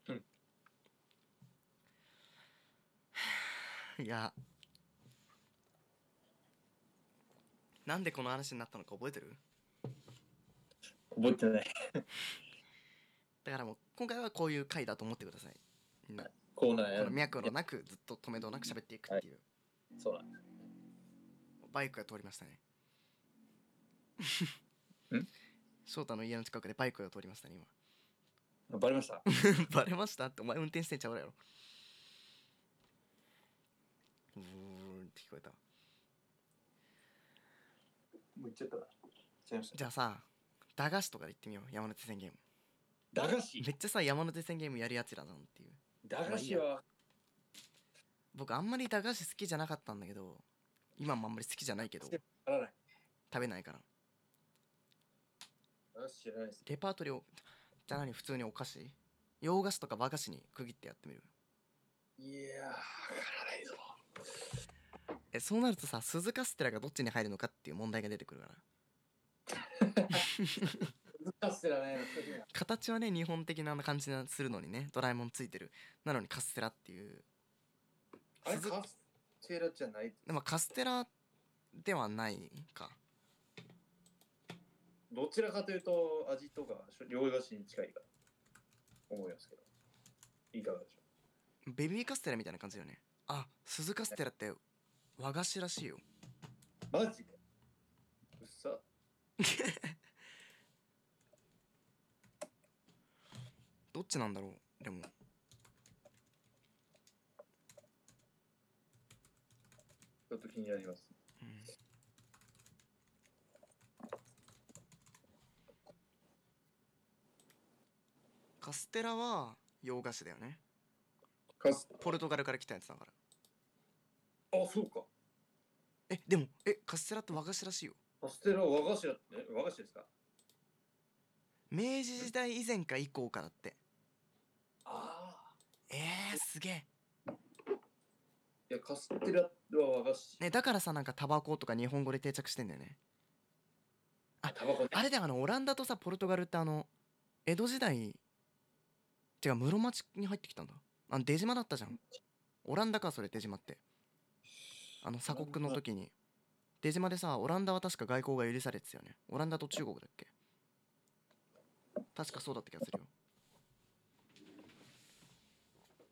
うん
いやなんでこの話になったのか覚えてる
覚えてない
だからもう今回はこういう回だと思ってくださいみんなこ
コーナーや
の
る
脈絡なくずっと止めどなく喋っていくっていう、
そうだ
バイクが通りましたね
ん
翔太の家の近くでバイクが通りましたね今
バレました
バレましたってお前運転してんちゃうやろブーンって聞こえた
もう行っちゃったな行っちゃいました
じゃあさ駄菓子とかで行ってみよう山手線ゲーム
駄菓子
めっちゃさ山手線ゲームやるやつらなんっていう
駄菓子は
僕あんまり駄菓子好きじゃなかったんだけど今もあんまり好きじゃないけど
好きわからない
食べないから
駄菓子知らないです
レパートリーをじゃあ何普通にお菓子洋菓子とか和菓子に区切ってやってみる
いやーわからないぞ
えそうなるとさ鈴カステラがどっちに入るのかっていう問題が出てくるから
カステラね懐かしいな
形はね日本的な感じがするのにねドラえもんついてるなのにカステラっていう
あれ
鈴
カステラじゃない
でもカステラではないか
どちらかというと味とか両菓子に近いかと思いますけどいかがでしょ
ベビーカステラみたいな感じだよねあ鈴カステラって和菓子らしいよ
うマジかうっさ
どっちなんだろうでも
ちょっと気になります
うんカステラは洋菓子だよね
カス
ポルトガルから来たやつだから
あそうか
えでもえカステラって和菓子らしいよ
カステラは和菓子だって和菓子ですか
明治時代以前か以降かだって
ああ
えー、すげえ、
いやカステラは和菓子
ね、だからさなんかタバコとか日本語で定着してんだよねあ
タバコね
あれだよあのオランダとさポルトガルってあの江戸時代てか室町に入ってきたんだあの出島だったじゃんオランダかそれ出島ってあの鎖国の時に出島でさオランダは確か外交が許されてたよねオランダと中国だっけ確かそうだった気がするよ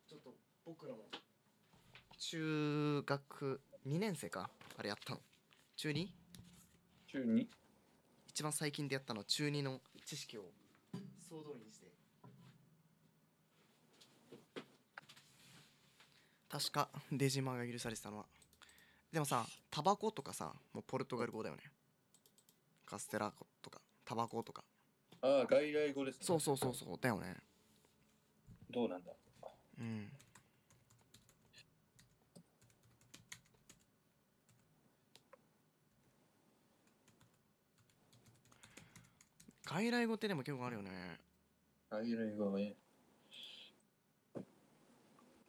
ちょっと僕らも中学2年生かあれやったの中 2?
中に
一番最近でやったのは中二の知識を総動員して確か出島が許されてたのはでもさタバコとかさもうポルトガル語だよねカステラとかタバコとか
ああ外来語です、ね、
そうそうそうそうだよね
どうなんだ
うん外来語ってでも結構あるよね
外来語はね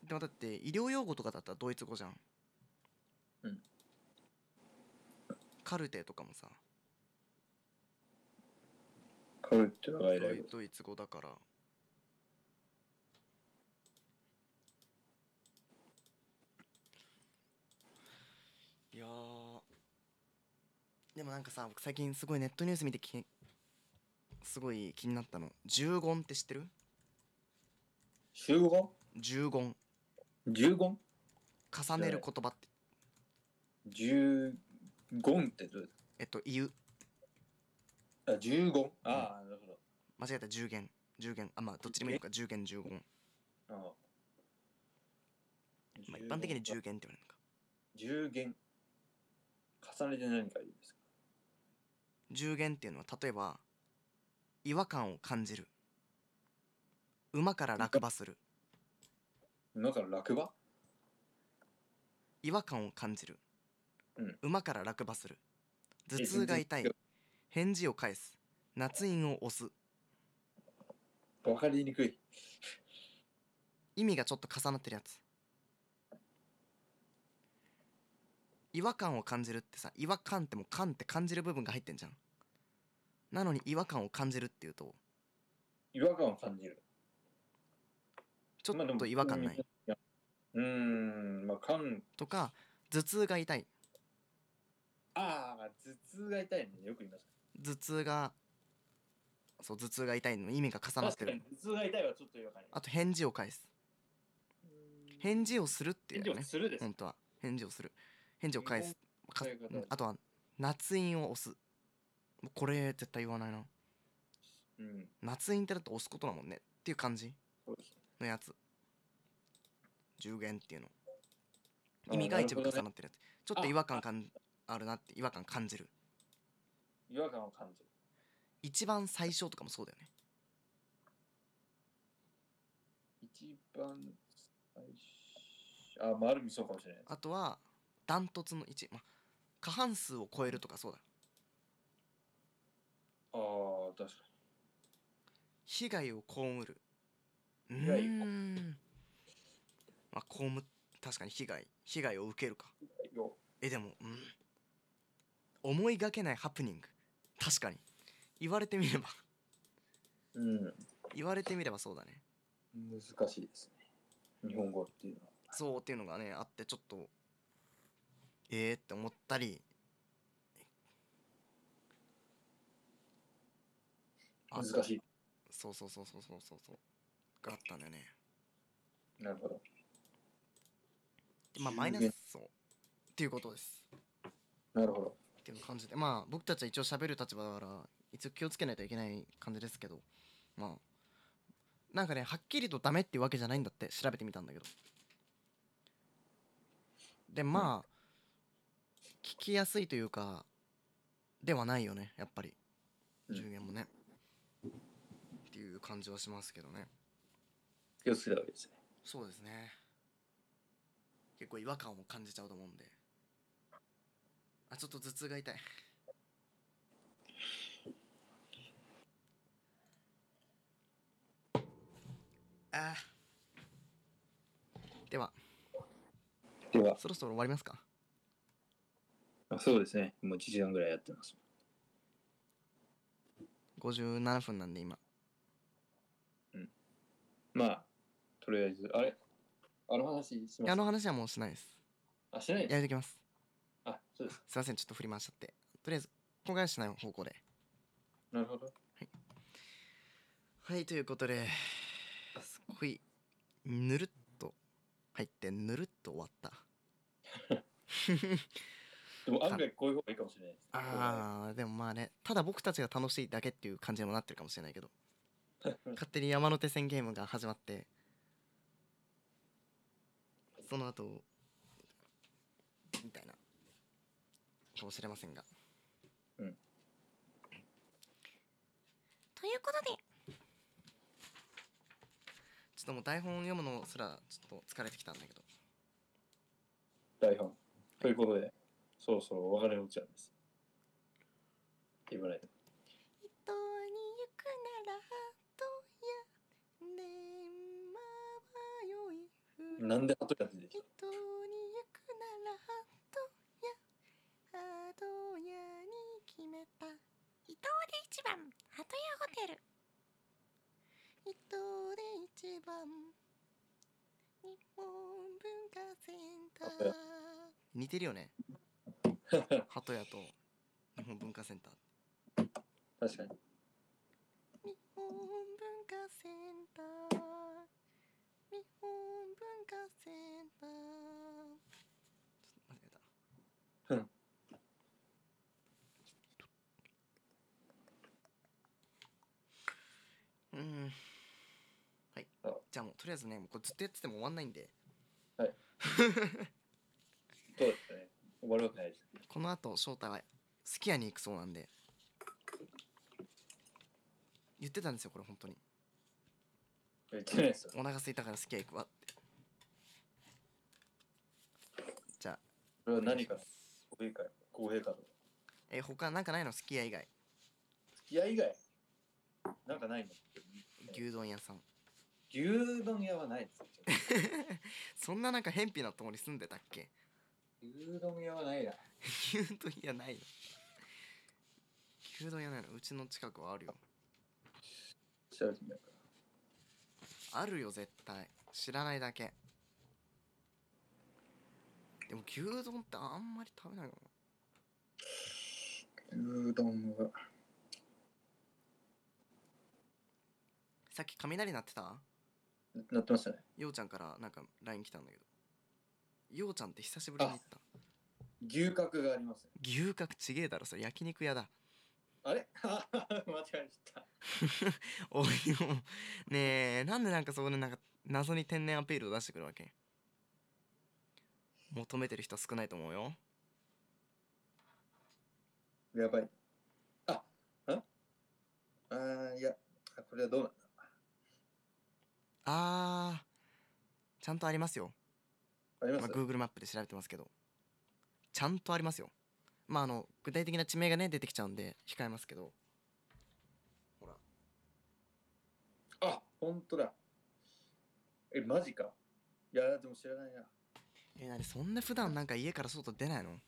でもだって医療用語とかだったらドイツ語じゃん
うん
カルテとかもさ
カルテは外
ド
来
イ
語
ドイツ語だからいやーでもなんかさ僕最近すごいネットニュース見てきすごい気になったの十言って知ってる
中国語
十言
十言
重ねる言葉って
十言ってどうです
えっと言う
かあ十言ああ、なるほど
間違えた十言十言あまあどっちでもいいのか十言十言
ああ
まあ、一般的に十言って言われるのか
10弦重ねて何かいいですか
十言っていうのは例えば違和感を感じる馬から落馬する
馬から落馬
違和感を感じる、
うん
馬から落馬する頭
え
痛が
全
痛
然
い返事を返す夏印を押す
分かりにくい
意味がちょっと重なってるやつ違和感を感じるってさ違和感ってもう感って感じる部分が入ってんじゃんなのに違和感を感じるっていうと
違和感を感じる。
ちょ
まあで
っ
も
と違和感ない。
やうーん、まあ、かん、
とか頭痛が痛い
ああ、頭痛が痛いね。よく言いまし
頭痛がそう頭痛が痛いの意味が
た。
重なっ
確
て
かに
る
頭痛が痛いはちょっと違和感あ
あと返事を返す
る。
返事をするってい
返
う
事
よ
を
ね
するです。
本当は返事をする返事を返す
そ
か
ういうこと
うんあとは夏印を押すもうこれ絶対言わないな
うん。
夏印ってだって押すことだもんねっていう感じ
そうです
のやつ10元っていうの
あー
意味が一部
なるほ
重
どね
なってるやつ、ちょっと違和感かんあるなって違和感感じる
違和感を感じる。
一番最初とかもそうだよね
一番最初。あ、まあ、ある意味そうかもしれない。
あとはダントツの1、まあ、過半数を超えるとかそうだ
ああ、確か
被害を被るう
被害を
ーんまあ被む確かに被害被害を受けるか
に。よ
えでもうん思いがけないハプニング確かに言われてみれば
うん。
言われてみればそうだね
難しいですね。日本語っていうのは。
そうっていうのがねあってちょっとえー、って思ったりあ
難し
そうそうそうそうそうそうそうがあったんだよね
い。なるほど。
でまあマイナスそうっていうことです
なるほど。
っていう感じでまあ僕たちは一応喋る立場だから一応気をつけないといけない感じですけどまあなんかねはっきりとダメっていうわけじゃないんだって調べてみたんだけどでまあ聞きやすいというかではないよねやっぱり
うん
10元もね、っていう感じはしますけどね
気をつけたわけですね。
そうですね結構違和感を感じちゃうと思うんであちょっと頭痛が痛いあーでは
では、
そろそろ終わりますか
あそうですね。もう1時間ぐらいやってます。
57分なんで今
まあ、とりあえず、あれあの話し
い
ま
やあ
す
の話はもうしないです
あ、しないんで
や
す
めてきます
あ、そうです。
すいませんちょっと振り回しちゃってとりあえず今回はしない方向で
なるほど。
はいということですっごいぬるっと入ってぬるっと終わった
でも案外こういう方がいいかもしれないです。
あーでもまあねただ僕たちが楽しいだけっていう感じにもなってるかもしれないけど
うん
勝手に山手線ゲームが始まってその後みたいなかもしれませんが
ということ
ち
で、
ょっともう台本読むのすらちょっと疲れてきたんだけど
台本。ということで、そろそろお別れの時間です。言わないと。
人に行くならどやねんまばよいふる
なんで後から出てき
人に行くならどやハトヤに決めた伊藤で一番ハトヤホテル伊藤で一番日本文化センタ
鳩屋
ー
似てるよね鳩屋と日本文化センター
た確かに。
日本文化センター日本文化センター
間違えたうーんはい
あ
じゃあもうとりあえずねもうこれずっとやってても終わんないんで
そうですね。終わるわけないです。
この後翔太はすき家に行くそうなんで言ってたんですよこれ本当に
言ってないですよ。
お腹空いたからすき家行くわってじゃあ
それは何か、公平か、公平かと。
え他なんかないのすき家以外
付き合い以外、なんかないの
牛丼屋さん
牛丼屋はないですね。
そんななんか偏僻なとこに住んでたっけ
牛丼屋はないな。
牛丼屋ないの牛丼屋ないのうちの近くはあるよ
調べてみようか
あるよ絶対知らないだけでも牛丼ってあんまり食べないかも
牛丼は
さっき雷鳴ってた
なってましたね
ようちゃんからなんか LINE 来たんだけどようちゃんって久しぶりに行った
牛角がありますね
牛角ちげえだろそれ焼肉屋だ
あれ 間違えちゃっ
おいもうねえなんでなんかそこでなんか謎に天然アピールを出してくるわけ求めてる人は少ないと思うよ
たやばいあんあーいやあこれはどうなんだ
あーちゃんとありますよ、
ありま
まあ、
す
Google マップで調べてますけどちゃんとありますよまああの具体的な地名がね出てきちゃうんで控えますけど
あ本当だえマジかいやでも知らないな
えなにそんな普段なんか家から外出ないの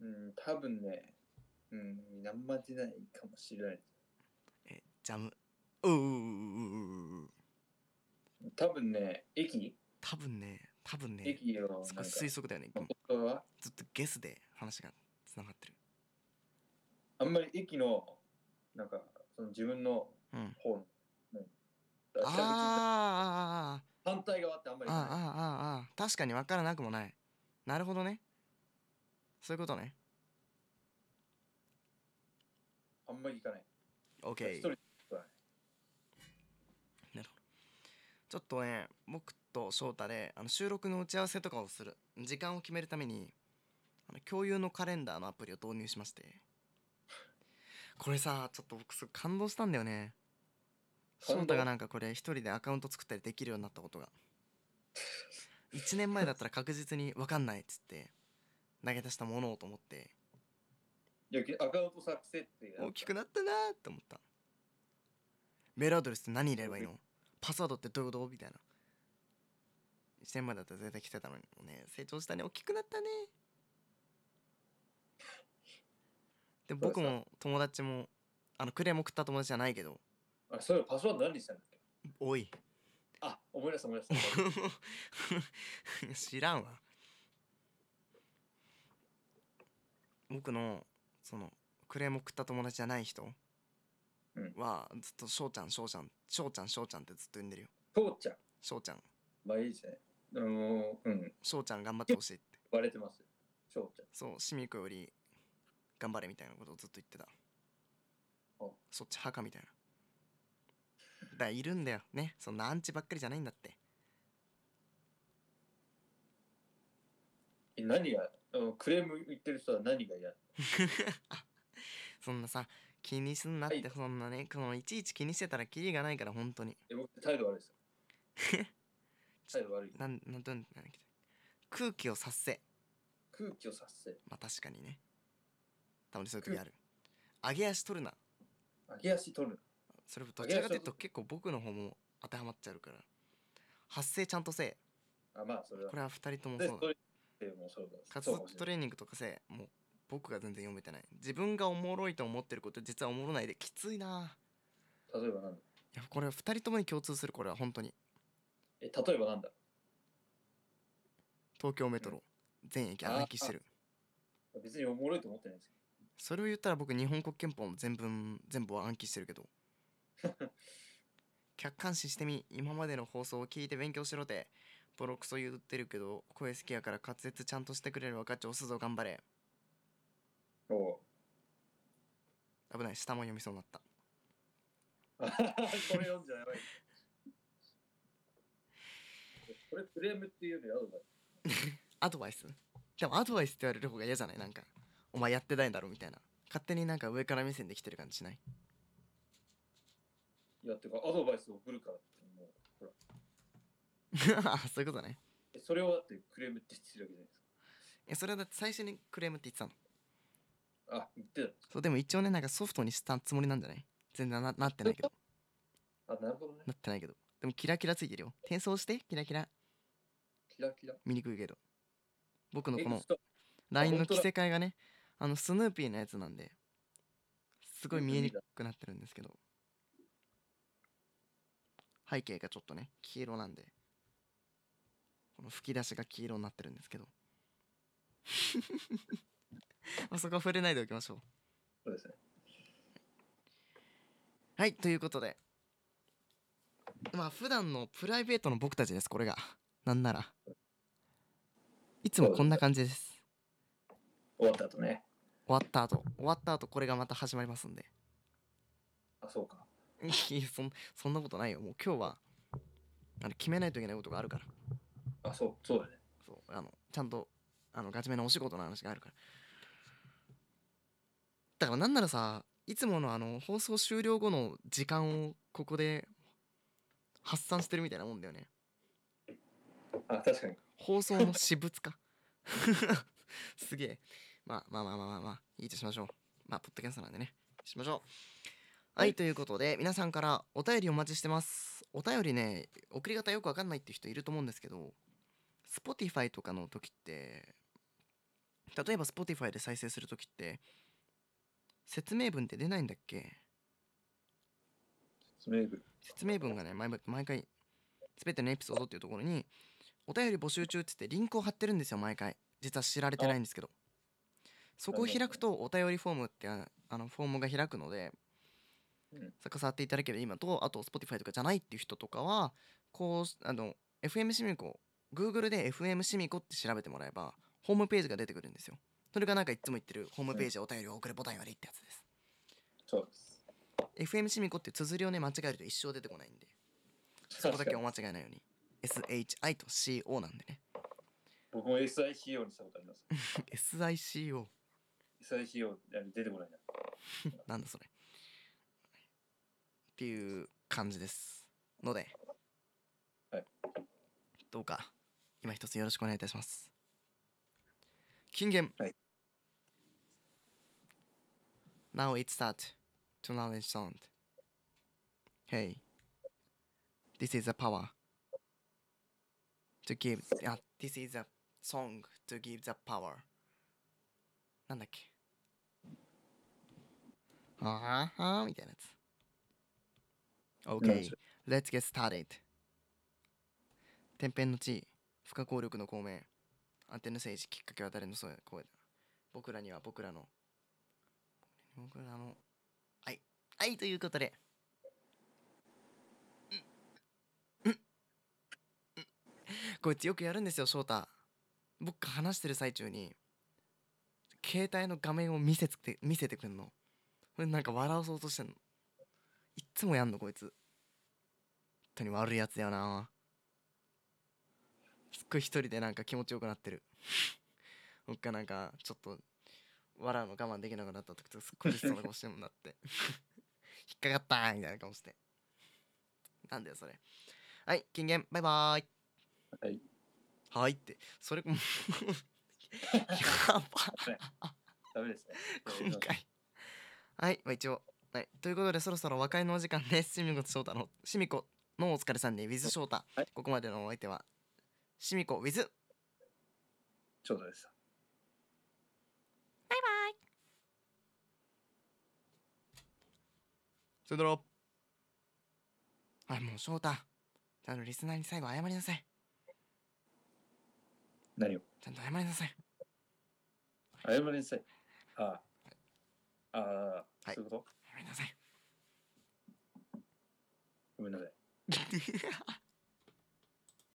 うん多分ねうん何も出ないかもしれない
えジャムううううううう
多分ね駅
多分ね多分ね
駅をなん
少
か
し推測だよね
本当は
ずっとゲスで話がつながってる
あんまり駅のなんかその自分の
うん
方の、うん、だか
あ
ら北口
あ
反対側ってあんま
ああああ
り行かない
ああああ確かに分からなくもないなるほどねそういうことね
あんまり行かない一
OK
人
ちょっとね僕と翔太であの収録の打ち合わせとかをする時間を決めるためにあの共有のカレンダーのアプリを導入しましてこれさちょっと僕すごい感動したんだよね
感
翔
動
太がなんかこれ一人でアカウント作ったりできるようになったことが1年前だったら確実に分かんないっつって投げ出したものをと思って
いやけアカウント作成っていう
大きくなったなーって思ったメールアドレスって何入れればいいのパスワードってどういうことみたいな1年前だったら絶対来てたのにもうね成長したね大きくなったねで僕も友達もあのクレーム送った友達じゃないけど
あそういえばパスワード何にしたんだっけ
おい
あ思い出した思い出した
知らんわ僕のそのクレーム送った友達じゃない人
うん
はずっと翔ちゃん翔ちゃん翔ちゃん翔ちゃんってずっと呼んでるよ
父ちゃん
翔ちゃん
まあいいですねあのーうん
翔ちゃん頑張ってほしいって
割れてます翔ちゃん
そうシミ子より頑張れみたいなことをずっと言ってた
お
そっち墓みたいなだからいるんだよねそんなアンチばっかりじゃないんだって
え何があのクレーム言ってる人は何が嫌
そんなさ気にすんなって、
はい
そんなねこのいちいち気にしてたらキリがないから本当に
え僕態度悪いですよ 態度悪い
なんなんとなんなんだっけ空気を察せ
空気を察せ
まあ確かにねたまにそういう時ある上げ足取るな
上げ足取る
それどちらかというと結構僕の方も当てはまっちゃうから発声ちゃんとせえ
あまあそれは
これは2人とも
で
そう
そ
だ
れでもそうだ
滑
そうかも
舌
しれな
ト
い
レーニングとかせえもう僕が全然読めてない自分がおもろいと思ってること実はおもろないできついな
例えばなんだ
いやこれ2人ともに共通するこれは本当に
え例えばなんだ
東京メトロ全駅穴行きしてる
別におもろいと思ってないです
それを言ったら僕日本国憲法の全文全部を暗記してるけど客観視してみ今までの放送を聞いて勉強しろてボロクソ言ってるけど声好きやから滑舌ちゃんとしてくれる若ち押すぞ頑張れ
けどおう
危ない下も読みそうになった
これ読んじゃやばいこれフレームっていうよりアドバイ
アドバイスでもアドバイスって言われる方が嫌じゃないなんかお前やってないだろみたいな勝手になんか上から目線で来てる感じしない
スいやってかアドバイスを送るからってもうほら
あそういうことね
えそれをだってクレームって言ってるわけじゃないです
いやそれはだって最初にクレームって言ってたの
かあ言って
そうでも一応ねなんかソフトにしたつもりなんじゃない全然ななってないけど
たあなるほどね
なってないけどでもキラキラついてるよ転送してキラキラ
キラキラ
見にくいけど僕の
え
この
嘘
LINE の
本当
着
だ
せ替えがねあのスヌーピーのやつなんですごい見えに
よ
くなってるんですけど背景がちょっとね黄色なんでこの吹き出しが黄色になってるんですけど まあそこは触れないでおきましょう
そうですね。
はいということでまあ普段のプライベートの僕たちですこれがなんならいつもこんな感じです
終わった後ね。
終わった後終わった後これがまた始まりますんで
あ、そうか。
いやそんそんなことないよもう今日はあの決めないといけないことがあるから
あ、そう、そうだね。
そうあのちゃんとあのガチめのお仕事の話があるからだからなんならさいつものあの放送終了後の時間をここで発散してるみたいなもんだよね
あ、確かに。
放送の私物化 すげえ、まあ、まあまあまあまあまあいいとしましょうまあポッドキャストなんでねしましょうはい、ということで皆さんからお便りお待ちしてますお便りね送り方よくわかんないって人いると思うんですけど Spotify とかの時って例えば Spotify で再生する時って説明文って出ないんだっけ
説明文。
説明文がね毎回毎回全てのエピソードっていうところにお便り募集中って言ってリンクを貼ってるんですよ毎回実は知られてないんですけどそこを開くとお便りフォームってああのフォームが開くので
うん
逆さっていただける今とあと Spotify とかじゃないっていう人とかはこうあの FM シミコ Google で FM シミコって調べてもらえばホームページが出てくるんですよそれがなんかいつも言ってるホームページお便りを送るボタンよりってやつです
そうです。
FM シミコって綴りをね間違えると一生出てこないんでそこだけお間違えないように SHI と CO なんでね
僕も SICO にしたことあります。
SICO
SICO あれ出てこないな。
なんだそれっていう感じですので、
はい
どうか今一つよろしくお願いいたします金言、
はい
Now it's start to knowledge sound Hey This is a power to give あ This is a song to give the power なんだっけあーはーみたいなやつ。
面
OK
白い。
Let's get started. 天変の地、不可抗力の孔明。アンテナ政治きっかけは誰の声だ声だ。僕らには僕らの。僕らの。はい。はい、ということで。うんうんうんこいつよくやるんですよ、翔太。僕が話してる最中に、携帯の画面を見せて見せてくんの。これなんか笑わそうとしてんの。いっつもやんの、こいつ。本当に悪いやつだよなすっごい一人でなんか気持ちよくなってる僕がなんかちょっと笑うの我慢できなくなった時とかすっごい嬉しそうな顔してもんなって引っかかったーみたいな顔してなんだよそれはい金言バイバーイ
はい
はいってそれも やば
ダメですね。
今回はい、まあ、一応はいということでそろそろ和解のお時間ですしみこと翔太のしみこのお疲れさんで with 翔太、
はい
ここまでのお相手はしみこ with
ちょうどです。
バイバイ
それだろはいもう翔太ちゃんとリスナーに最後謝りなさい
何を
ちゃんと謝りなさい
謝りなさい。ああ。ああ、
はい
そういうこと
謝りなさい
ごめんなさい。